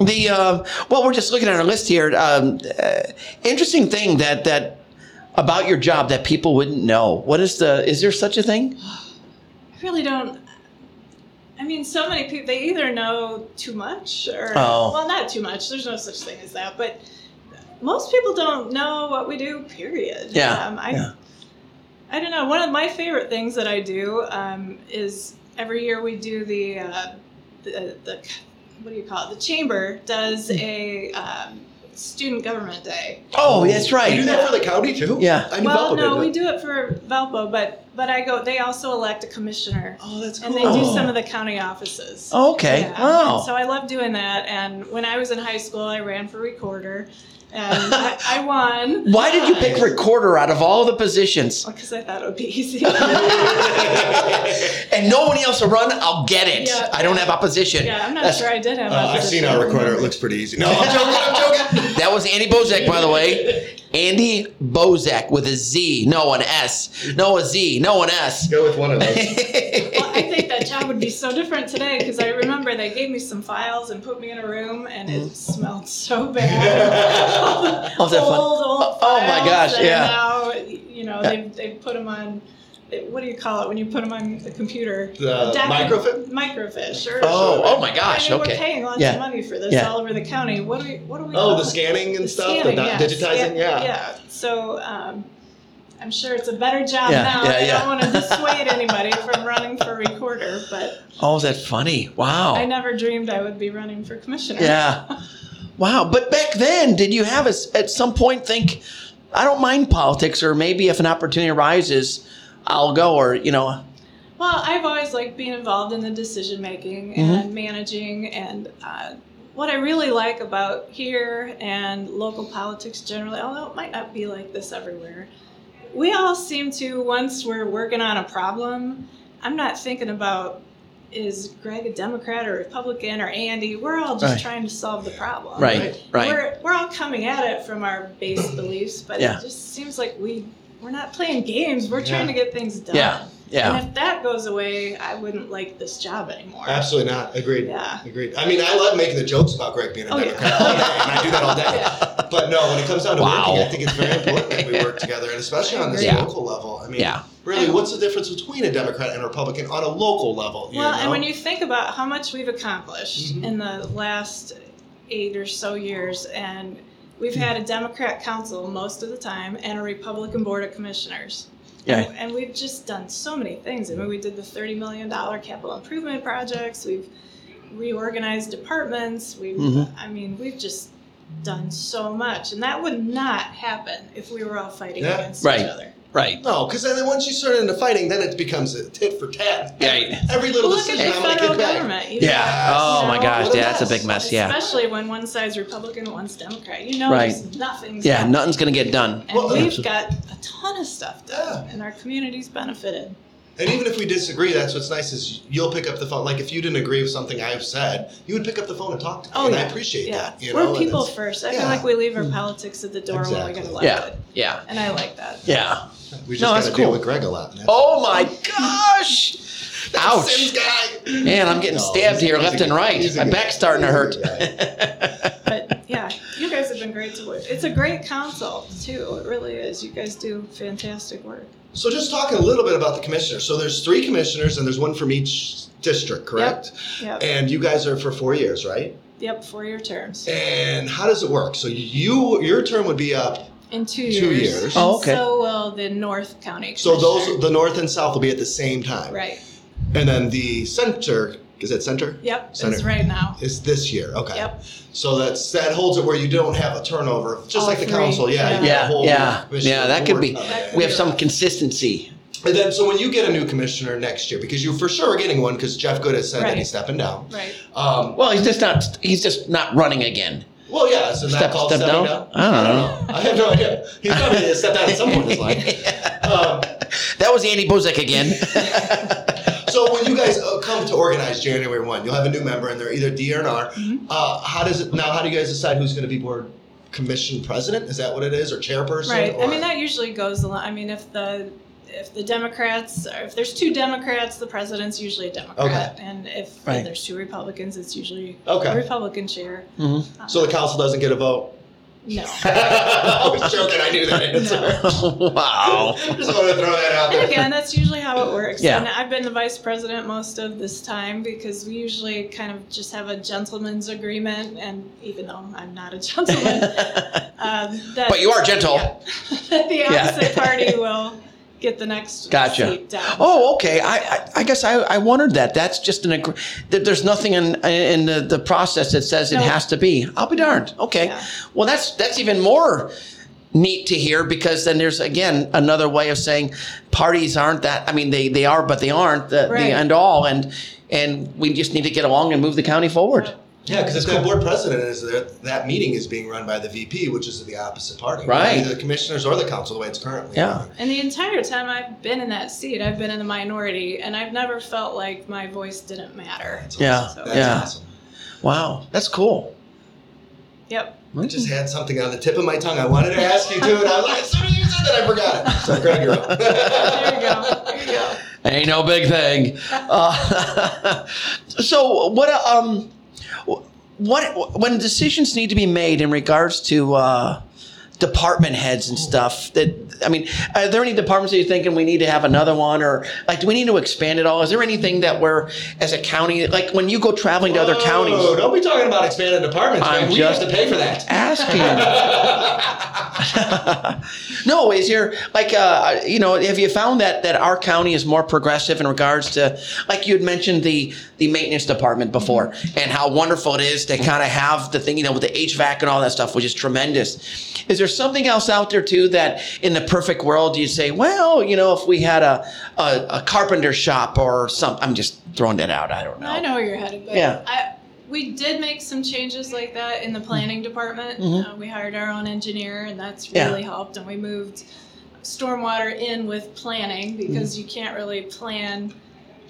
A: The uh, well, we're just looking at our list here. Um, uh, interesting thing that that about your job that people wouldn't know. What is the? Is there such a thing?
C: I really don't. I mean, so many people they either know too much or
A: Oh.
C: well, not too much. There's no such thing as that, but most people don't know what we do. Period.
A: Yeah,
C: Um, I,
A: yeah.
C: I don't know. One of my favorite things that I do um, is every year we do the, uh, the the what do you call it? The chamber does a um, student government day.
A: Oh, that's
B: You do
A: right.
B: that for the county too?
A: Yeah.
B: I knew
C: Well,
B: Valpo
C: no, we
B: did that.
C: do it for Valpo, but but I go. They also elect a commissioner,
B: Oh, that's cool.
C: and they do
A: Oh.
C: some of the county offices.
A: Oh, okay.
C: Yeah. And
A: Wow.
C: So I love doing that. And when I was in high school, I ran for recorder, and I, I won
A: Why did you pick recorder out of all the positions?
C: because I thought it would be easy.
A: And no one else will run. I'll get it.
C: Yeah.
A: I don't have opposition.
C: yeah, I'm not
A: That's- Oh,
C: sure I did have.
B: Uh, I've
C: opposition.
B: seen our recorder. It looks pretty easy. No, I'm joking. I'm joking.
A: That was Andy Bozek, by the way. Andy Bozek with a Z, no an S, no a Z, no an S.
B: Go with one of those.
C: Well, I think that job would be so different today because I remember they gave me some files and put me in a room, and it smelled so bad. All the
A: Oh, is Mm. that fun?
C: old, old
A: Oh, my
C: files
A: gosh,
C: that are
A: yeah.
C: Now, you know, they've, they've put them on, what do you call it when you put them on the computer?
B: The
C: Docu-
B: microfiche?
C: Microfiche, or.
A: Oh, oh my gosh.
C: I mean, we're
A: Okay.
C: paying lots
A: Yeah.
C: of money for this
A: Yeah.
C: all over the county. What do we, what do we?
B: Oh,
C: call
B: the
C: it?
B: scanning and
C: The
B: stuff,
C: scanning,
B: the
C: yes.
B: di- digitizing. Yeah.
C: Yeah, so, um, I'm sure it's a better job
A: Yeah,
C: now.
A: yeah,
C: I
A: yeah.
C: don't want to dissuade anybody from running for recorder, but
A: Oh, is that funny?
B: Oh.
A: Wow.
C: I never dreamed I would be running for commissioner.
A: Yeah. Wow. But back then, did you have us at some point think, I don't mind politics, or maybe if an opportunity arises, I'll go, or, you know,
C: Well, I've always liked being involved in the decision making
A: Mm-hmm.
C: and managing, and uh, what I really like about here and local politics generally, although it might not be like this everywhere, we all seem to once we're working on a problem, I'm not thinking about is Greg a Democrat or Republican or Andy. We're all just
A: Right.
C: trying to solve the problem.
A: right, right.
C: We're, we're all coming at it from our base beliefs, but
A: Yeah.
C: it just seems like we we're not playing games. We're trying to get things done.
A: Yeah, yeah.
C: And if that goes away, I wouldn't like this job anymore.
B: Absolutely not. Agreed.
C: Yeah.
B: Agreed. I mean, I love making the jokes about Greg being a
C: Oh, yeah.
B: Democrat all day, and I do that all day. But no, when it comes down to
A: Wow.
B: working, I think it's very important that we work together, and especially on this
A: Yeah.
B: local level. I mean,
A: Yeah.
B: really, what's the difference between a Democrat and a Republican on a local level? you
C: Well,
B: know?
C: and when you think about how much we've accomplished
B: Mhm.
C: in the last eight or so years, and we've had a Democrat council most of the time and a Republican board of commissioners.
A: Yeah.
C: And, and we've just done so many things. I mean, we did the $30 million capital improvement projects, we've reorganized departments, we've,
A: Mhm.
C: I mean, we've just done so much. And that would not happen if we were all fighting
B: Yeah.
C: against
A: Right.
C: each other.
A: Right.
B: no, because then once you start into fighting, then it becomes a tit for tat.
A: Right.
B: Every little
C: Look at
B: decision
C: the
B: I'm making
C: federal
B: back.
C: government. you
A: Yeah.
C: know,
A: Oh,
C: you
A: my
C: know,
A: gosh.
B: what a
A: Yeah, that's a
B: mess.
A: big mess. Yeah.
C: Especially when one side's Republican and one's Democrat. You know,
A: Right.
C: there's nothing's
A: Yeah,
C: done.
A: nothing's going to get done.
C: And
B: Well,
C: we've got a ton of stuff done,
B: Yeah.
C: and our community's benefited.
B: And even if we disagree, that's what's nice is you'll pick up the phone. Like if you didn't agree with something I've said, you would pick up the phone and talk to me.
C: Oh,
B: and I
C: yeah.
B: appreciate
C: Yeah,
B: that. You know,
C: we're
B: and
C: people
B: it's-
C: first. I
B: yeah. Hmm.
C: feel like we leave our politics at the door when we get
B: Exactly.
C: elected,
A: Yeah, yeah,
C: and I like that.
A: yeah.
B: we just
A: No,
B: got
A: that's
B: to deal
A: cool.
B: with Greg a lot. and that's-
A: Oh my gosh!
B: That Sims
A: Ouch!
B: guy.
A: Man, I'm getting
B: No,
A: stabbed
B: he's-
A: here
B: he's a
A: left and
B: good-
A: right.
B: he's a
A: My
B: good-
A: back's starting to
B: he's a
A: hurt.
B: good guy.
C: But yeah, you guys have been great to work. It's a great council too. It really is. You guys do fantastic work.
B: So just talking a little bit about the commissioners. So there's three commissioners and there's one from each district, correct?
C: Yep.
B: And you guys are for four years, right?
C: Yep. Four-year terms.
B: And how does it work? So you your term would be up.
C: In two years.
B: Two years.
A: Oh, okay.
C: And So will the North County.
B: So those
C: Commissioner.
B: the north and south will be at the same time.
C: Right.
B: And then the center is it center?
C: Yep. It's
B: Senator.
C: right now.
B: Is this year. Okay.
C: Yep.
B: So that's that holds it where you don't have a turnover, just
C: All
B: like the
C: three.
B: council. Yeah. you
C: Yeah.
B: got a
A: Yeah,
B: whole
A: yeah,
B: commissioner
A: yeah, that could
B: board
A: be-
B: coming in.
A: We have some consistency.
B: And then, so when you get a new commissioner next year, because you for sure are getting one, because Jeff Good has said that
C: Right.
B: he's stepping down.
C: Right.
B: Um,
A: Well, he's just not. He's just not running again.
B: well, yeah, so
A: Step-
B: that called
A: step down?
B: stepping down.
A: I don't know.
B: I have no idea. He's probably gonna step down at some point in his life. Um,
A: That was Andy Bozek again.
B: so when you guys uh, come to organize January one, you'll have a new member, and they're either D or an R.
C: Mhm.
B: Uh, how does it now? How do you guys decide who's going to be board commission president? Is that what it is, or chairperson?
C: Right.
B: Or,
C: I mean, that usually goes along. I mean, if the if the Democrats, or if there's two Democrats, the president's usually a Democrat, and if
A: Right.
C: there's two Republicans, it's usually a
B: okay.
C: Republican chair.
A: Mhm.
C: Um,
B: So the council doesn't get a vote.
C: no.
B: I was joking. I knew that answer.
A: wow.
B: Just wanted to throw that out there.
C: And again, that's usually how it works.
A: Yeah.
C: And I've been the vice president most of this time because we usually kind of just have a gentleman's agreement. And even though I'm not a gentleman, um, that,
A: But you are gentle.
C: that the
A: Yeah.
C: opposite party will get the next
A: Gotcha.
C: seat down.
A: Oh, okay. I, I, I guess I, I wondered that. That's just an agree. There's nothing in in the, the process that says it
C: No.
A: has to be. I'll be darned. Okay.
C: Yeah.
A: Well, that's that's even more neat to hear because then there's again another way of saying parties aren't that. I mean, they they are, but they aren't the,
C: Right.
A: the end all. And and we just need to get along and move the county forward.
B: Yeah, because if the board president is there, that meeting is being run by the VP, which is the opposite party.
A: Right.
B: Either the commissioners or the council, the way it's currently.
A: Yeah.
B: run.
C: And the entire time I've been in that seat, I've been in the minority, and I've never felt like my voice didn't matter.
B: That's
A: Yeah,
B: awesome. That's
A: yeah.
B: awesome.
A: Wow, that's cool.
C: Yep.
B: I just had something on the tip of my tongue. I wanted to ask you too, and I was like, as soon as you said that, I forgot it. So Greg, you're up.
C: There you go. There you go.
A: Ain't no big thing. Uh, so what? Um, what when decisions need to be made in regards to uh, department heads and stuff? That I mean, are there any departments that you're thinking we need to have another one, or like do we need to expand it all? Is there anything that we're as a county like when you go traveling to other
B: Whoa,
A: counties?
B: Oh, Don't be talking about expanded departments.
A: I'm
B: man. We
A: just
B: have to pay for that.
A: Asking. no, is your like uh, you know have you found that that our county is more progressive in regards to like you had mentioned the the maintenance department before and how wonderful it is to kind of have the thing you know with the HVAC and all that stuff, which is tremendous. Is there something else out there too that in the perfect world you say, well, you know, if we had a a, a carpenter shop or something? I'm just throwing that out. I don't know.
C: I know where you're headed, but
A: Yeah.
C: I, we did make some changes like that in the planning department.
A: Mhm.
C: Uh, we hired our own engineer, and that's
A: Yeah.
C: really helped. And we moved stormwater in with planning because you can't really plan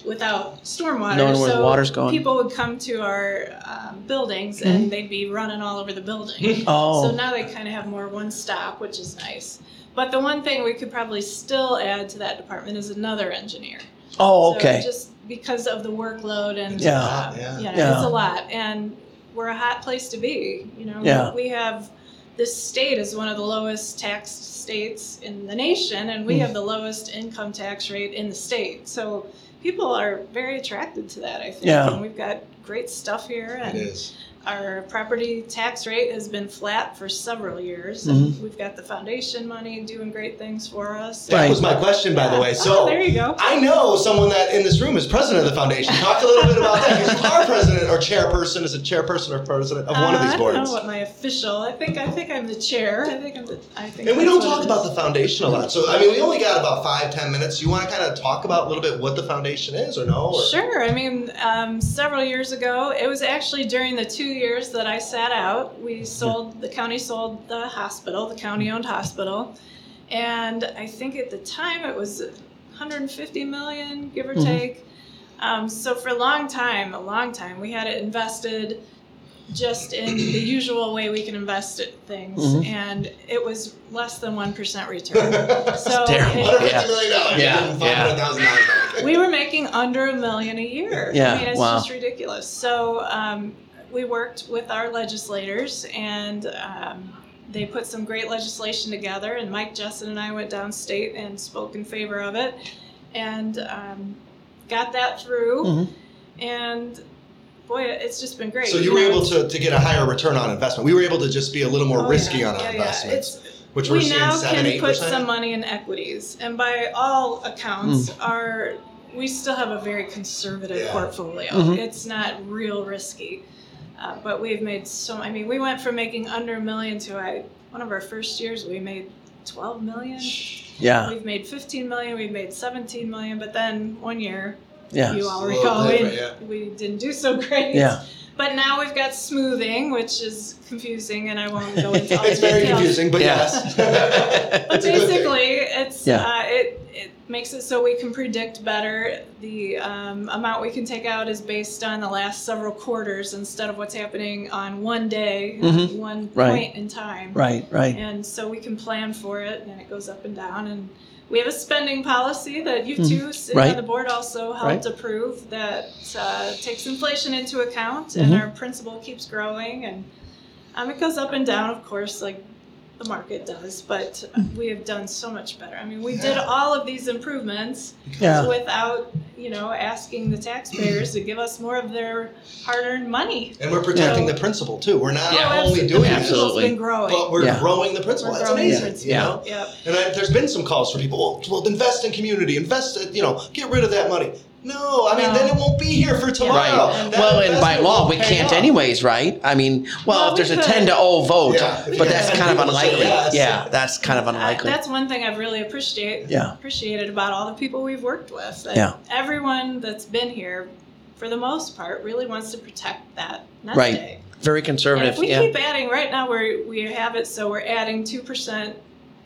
C: without stormwater.
A: Knowing where the
C: so
A: water's going. Mm-hmm.
C: people would come to our um, buildings and they'd be running all over the building.
A: Oh,
C: So now they kind of have more one stop, which is nice. But the one thing we could probably still add to that department is another engineer.
A: oh,
C: So
A: okay.
C: just because of the workload and
A: Yeah.
C: uh,
B: Yeah.
C: you know,
A: Yeah.
C: it's a lot, and we're a hot place to be. You know,
A: Yeah.
C: we have this state is one of the lowest taxed states in the nation, and we
A: Mm.
C: have the lowest income tax rate in the state. So people are very attracted to that. I think,
A: Yeah.
C: and we've got great stuff here,
B: It
C: and
B: is.
C: our property tax rate has been flat for several years.
B: Mm-hmm.
C: And we've got the foundation money doing great things for us.
B: That
A: Right.
B: was my question, by the way.
C: Oh, there
B: So
C: you go.
B: I know someone that in this room is president of the foundation. Talk a little bit about that because you are president or chairperson. Is a chairperson or president of one of
C: Uh,
B: these
C: I don't
B: boards?
C: know what my official. I think I think I'm the chair. I think I'm the. I think.
B: And we
C: that's
B: don't
C: what
B: talk
C: it
B: about
C: is.
B: the foundation a lot. So I mean, we only got about five, ten minutes. You want to kind of talk about a little bit what the foundation is, or no? Or,
C: Sure. I mean, um, several years ago, it was actually during the two years that I sat out. We sold the county sold the hospital, the county-owned hospital, and I think at the time it was 150 million, give or
A: Mhm.
C: take. Um, so for a long time, a long time, we had it invested just in the usual way we can invest it things,
A: Mhm.
C: and it was less than one percent return. So
A: terrible.
C: it-
B: One hundred
A: Yeah.
B: fifty million dollars.
A: Yeah,
B: Five hundred thousand dollars.
C: we were making under a million a year.
A: Yeah,
C: I mean, it's
A: wow.
C: just ridiculous. So um, we worked with our legislators, and um, they put some great legislation together. And Mike Jessen and I went downstate and spoke in favor of it, and um, got that through.
A: Mhm.
C: And boy, it's just been great.
B: So you were
C: know,
B: able
C: it's-
B: to, to get a higher return on investment. We were able to just be a little more
C: oh,
B: risky
C: yeah,
B: on our
C: yeah, yeah.
B: investments,
C: It's-
B: which we're
C: we
B: seeing
C: now
B: seven,
C: can
B: eight
C: put
B: percent.
C: some money in equities, and by all accounts, our we still have a very conservative
B: Mm. Yeah. Mm-hmm.
C: portfolio.
A: Mhm.
C: It's not real risky, uh, but we've made so. I mean, we went from making under a million to I one of our first years we made 12 million.
A: Yeah.
C: We've made 15 million, we've made 17 million, but then one year,
A: Yeah.
C: you all
B: Slow
C: recall,
B: down,
C: we,
B: yeah.
C: we didn't do so great.
A: Yeah.
C: But now we've got smoothing, which is confusing, and I won't go into all the
B: It's very
C: details.
B: confusing, but
A: Yeah.
B: yes.
C: But
B: It's a good thing.
C: basically, it's
A: Yeah.
C: uh, it it makes it so we can predict better. The um, amount we can take out is based on the last several quarters instead of what's happening on one day,
B: Mm-hmm.
A: Mhm.
C: one
A: Right.
C: point in time.
A: Right. Right.
C: And so we can plan for it, and it goes up and down. And we have a spending policy that you
A: Mhm.
C: two sitting
A: Right.
C: on the board also helped approve that uh, takes inflation into account, and
A: Mhm.
C: our principal keeps growing, and um, it goes up and down, of course, like the market does. But
A: Mm-hmm.
C: we have done so much better. I mean, we did all of these improvements
A: Yeah.
C: without, you know, asking the taxpayers to give us more of their hard-earned money.
B: And we're protecting
C: Yeah.
B: the principal too. We're not
A: Yeah.
C: Oh,
B: only
C: it's-
B: doing
C: the
B: this,
A: absolutely.
C: principal's been growing.
B: but we're
A: Yeah.
B: growing the principal.
C: We're
B: That's
C: growing the
B: amazing.
C: principal.
B: You
A: Yeah.
B: know?
C: Yep.
B: And I, there's been some calls for people, well, well, invest in community, invest, in, you know, get rid of that money. No, I mean,
C: No.
B: then it won't be here for tomorrow.
A: Right.
B: That
A: Well, and by
B: investment
A: law,
B: won't
A: we
B: pay
A: can't
B: off.
A: anyways, right? I mean, well,
C: Well,
A: if
C: we
A: there's a
C: could.
A: 10 to 0 vote,
B: Yeah.
A: but that's
B: Yeah.
A: kind of
B: People say
A: unlikely.
B: yes.
A: Yeah. That's kind of
C: Uh,
A: unlikely.
C: that's one thing I've really appreciate
A: Yeah.
C: appreciated about all the people we've worked with. That
A: Yeah.
C: Everyone that's been here, for the most part, really wants to protect that nest
A: Right.
C: egg.
A: Very
C: And
A: conservative.
C: if we
A: Yeah.
C: keep adding, right now we we have it so we're adding two percent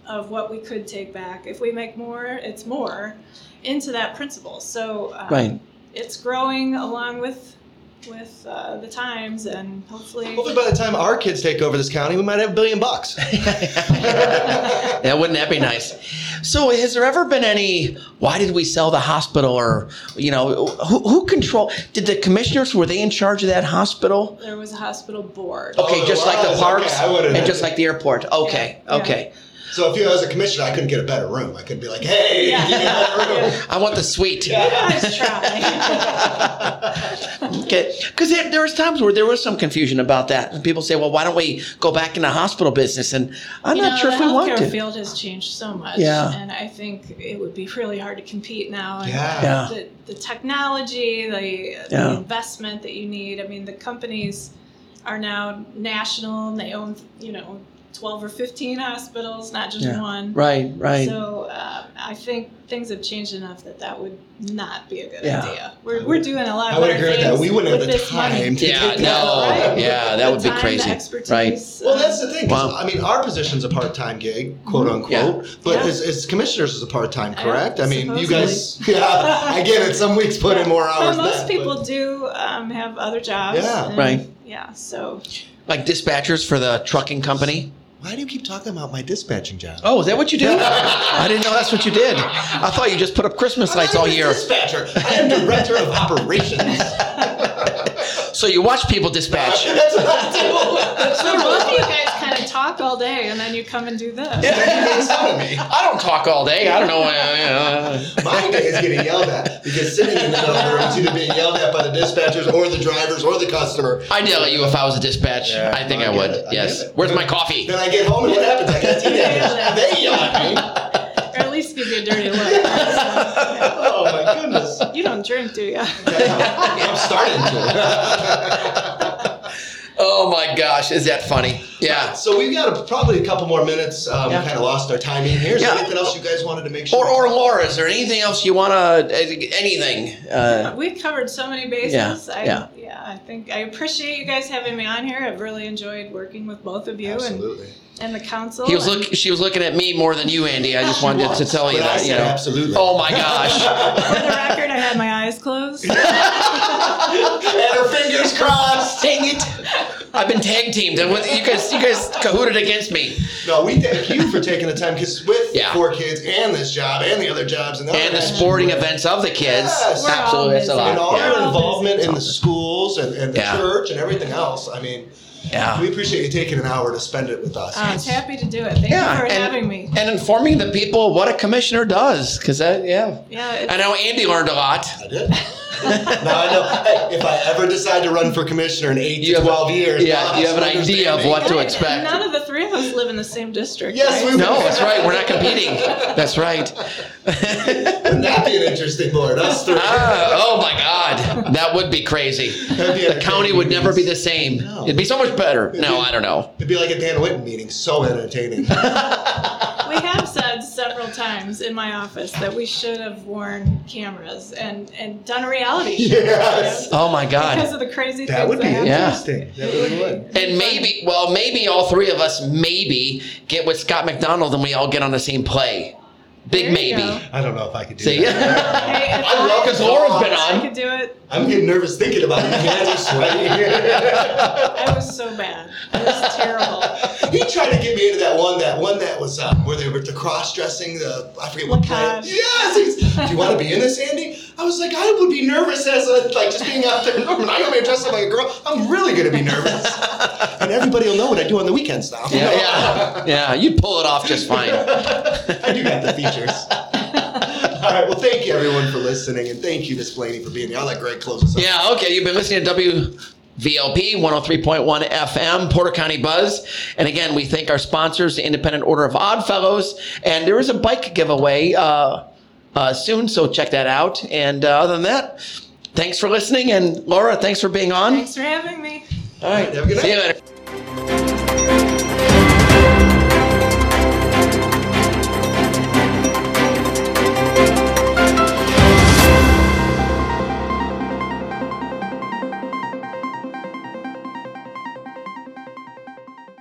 C: of what we could take back. If we make more, it's more into that principle. So um,
A: Right.
C: it's growing along with with uh, the times and hopefully.
B: Hopefully, by the time our kids take over this county, we might have a billion bucks.
A: Yeah, wouldn't that be nice? So, has there ever been any? Why did we sell the hospital? Or you know, who, who control? Did the commissioners were they in charge of that hospital?
C: There was a hospital board.
A: Okay,
B: Oh,
A: just like the
B: wow,
A: parks
B: okay, I would've-
A: and just like the airport. Okay,
C: Yeah, yeah.
A: okay.
B: So if you was a commissioner, I couldn't get a better room. I couldn't be like, hey,
C: Yeah.
B: give me a better room.
C: Yeah.
A: I want the suite.
C: I was trying.
A: Okay, because there, there was times where there was some confusion about that, and people say, "Well, why don't we go back in the hospital business?" And I'm
C: you
A: not
C: know,
A: sure
C: the
A: if we want
C: healthcare
A: to.
C: field has changed so much.
A: Yeah.
C: And I think it would be really hard to compete now. And
B: Yeah.
A: Yeah.
C: The, the technology, the,
A: Yeah.
C: the investment that you need. I mean, the companies are now national and they own, you know, 12 or 15 hospitals, not just
A: Yeah.
C: one.
A: Right, right.
C: So uh, I think things have changed enough that that would not be a good
A: Yeah.
C: idea. We're, we're doing a lot
B: I would
C: better
B: agree with that.
C: things
B: We wouldn't have
C: with
B: the
C: this money.
B: time to
A: Yeah,
B: take that
A: no,
B: on.
C: Right.
A: yeah, that
C: The
A: would be
C: time, the
A: crazy, right?
C: expertise,
B: Well,
C: uh,
B: that's the thing. 'cause,
A: Wow.
B: I mean, our position's a part-time gig, quote unquote, but
C: Yeah.
B: it's, it's commissioners is a part-time,
C: I-
B: correct? I, mean, you guys, yeah, I get it. Some weeks put in more hours.
C: But most
B: than that,
C: people do um, have other jobs.
B: Yeah.
C: and-
A: Right.
C: Yeah. So
A: like dispatchers for the trucking company.
B: Why do you keep talking about my dispatching job?
A: Oh, is that what you do? I didn't know that's what you did. I thought you just put up Christmas
B: I'm
A: lights
B: not
A: all
B: even a
A: year.
B: Dispatcher. I am director of operations.
A: So you watch people dispatch.
B: That's what I do.
C: so both of you guys kind of talk all day, and then you come and do this.
B: He makes fun of me.
A: I don't talk all day. I don't know. uh, you know.
B: My day is getting yelled at because sitting in the middle of the room is either being yelled at by the dispatchers or the drivers or the customer.
A: I'd yell at you if I was a dispatch.
B: Yeah,
A: I think I,
B: I get
A: would.
B: it, I
A: yes.
B: get it.
A: Where's my coffee?
B: Then I get home and what happens? I got teenagers. They yell at me.
C: Or at least give you a dirty look. So,
B: Oh my goodness.
C: you don't drink, do you?
B: I'm starting to.
A: Oh my gosh, is that funny? Yeah.
B: so we've got a, probably a couple more minutes. Um,
A: Yeah.
B: We kind of lost our timing here. Is there
A: Yeah.
B: anything else you guys wanted to make sure?
A: Or or Laura, is there anything else you want to anything? Uh,
C: We've covered so many bases.
A: Yeah,
C: I,
A: yeah.
C: I think I appreciate you guys having me on here. I've really enjoyed working with both of you and,
B: absolutely.
C: and the council.
A: he was
C: and-
A: look. She was looking at me more than you, Andy. I just wanted to tell you
B: But I
A: that.
B: said
A: You know.
B: absolutely.
A: Oh my gosh.
C: For the record, I had my eyes closed.
B: and her fingers crossed.
A: Dang it! I've been tag teamed, and with, you guys, you guys cahooted against me.
B: No, we thank you for taking the time because with
A: Yeah.
B: four kids and this job and the other jobs and the,
A: and
B: other
A: the
B: jobs,
A: sporting events of the kids.
B: Yes. We're all
A: Absolutely, that's a
C: busy.
A: lot.
B: and all
A: Yeah.
B: your
C: Yeah.
B: involvement in the schools and, and the
A: Yeah. Ah.
B: church and everything else. I mean,
A: yeah.
B: we appreciate you taking an hour to spend it with us.
C: I was happy to do it. Thank
A: Yeah,
C: you for
A: and-
C: having me.
A: And informing the people what a commissioner does, because that, yeah.
C: Yeah, it's-
A: I know Andy learned a lot.
B: I did. now I know. Hey, if I ever decide to run for commissioner in eight
A: You
B: to
A: have a-
B: twelve years,
A: yeah,
B: I'll
A: you have an
B: some
A: idea of
B: understanding.
A: what to
C: Right,
A: expect.
C: None of the three of us live in the same district.
B: Yes,
C: right?
B: we
A: No, that's right. We're not competing. That's right.
B: Wouldn't that be an interesting board? Us three.
A: Ah, oh my God, that would be crazy.
B: That'd be
A: The county would never be the same.
B: No.
A: It'd be so much better. No, I don't know.
B: It'd be like a Dan Whitten meeting. So entertaining.
C: We had times in my office that we should have worn cameras and, and done a reality show.
B: Yes.
A: Oh my
C: Because
A: God.
C: of the crazy
B: That
C: things
B: would be
C: that
A: Yeah.
C: happened.
B: interesting. That really would.
A: And maybe, well, maybe all three of us maybe get with Scott McDonald and we all get on the same play. Big
C: There you
A: maybe.
C: go.
B: I don't know if I could do
A: See?
B: that.
C: Hey, if
A: I love because Laura's been
C: I
A: on.
C: could do it.
B: I'm getting nervous thinking about it. Man, I'm sweating.
C: I was so bad. It was terrible.
B: he tried to get me into that one, that one that was uh, where they were the cross dressing. The I forget what planet.
C: Lacage.
B: Yes. he's, Do you want to be in this, Andy? I was like, I would be nervous as a, like just being out there. normal. I don't be dressed up like a girl. I'm really gonna be nervous, and everybody will know what I do on the weekends now.
A: Yeah, yeah, yeah. You'd pull it off just fine.
B: I do got the features. All right. Well, thank you everyone for listening, and thank you, Miss Blaney, for being here. I'll let Greg close us up.
A: Yeah, okay. You've been listening to WVLP 103.1 FM, Porter County Buzz. And again, we thank our sponsors, the Independent Order of Odd Fellows. And there is a bike giveaway uh, uh, soon, so check that out. And uh, other than that, thanks for listening. And Laura, thanks for being on.
C: Thanks for having me.
A: All right.
B: Have a good
A: See you
B: night.
A: later.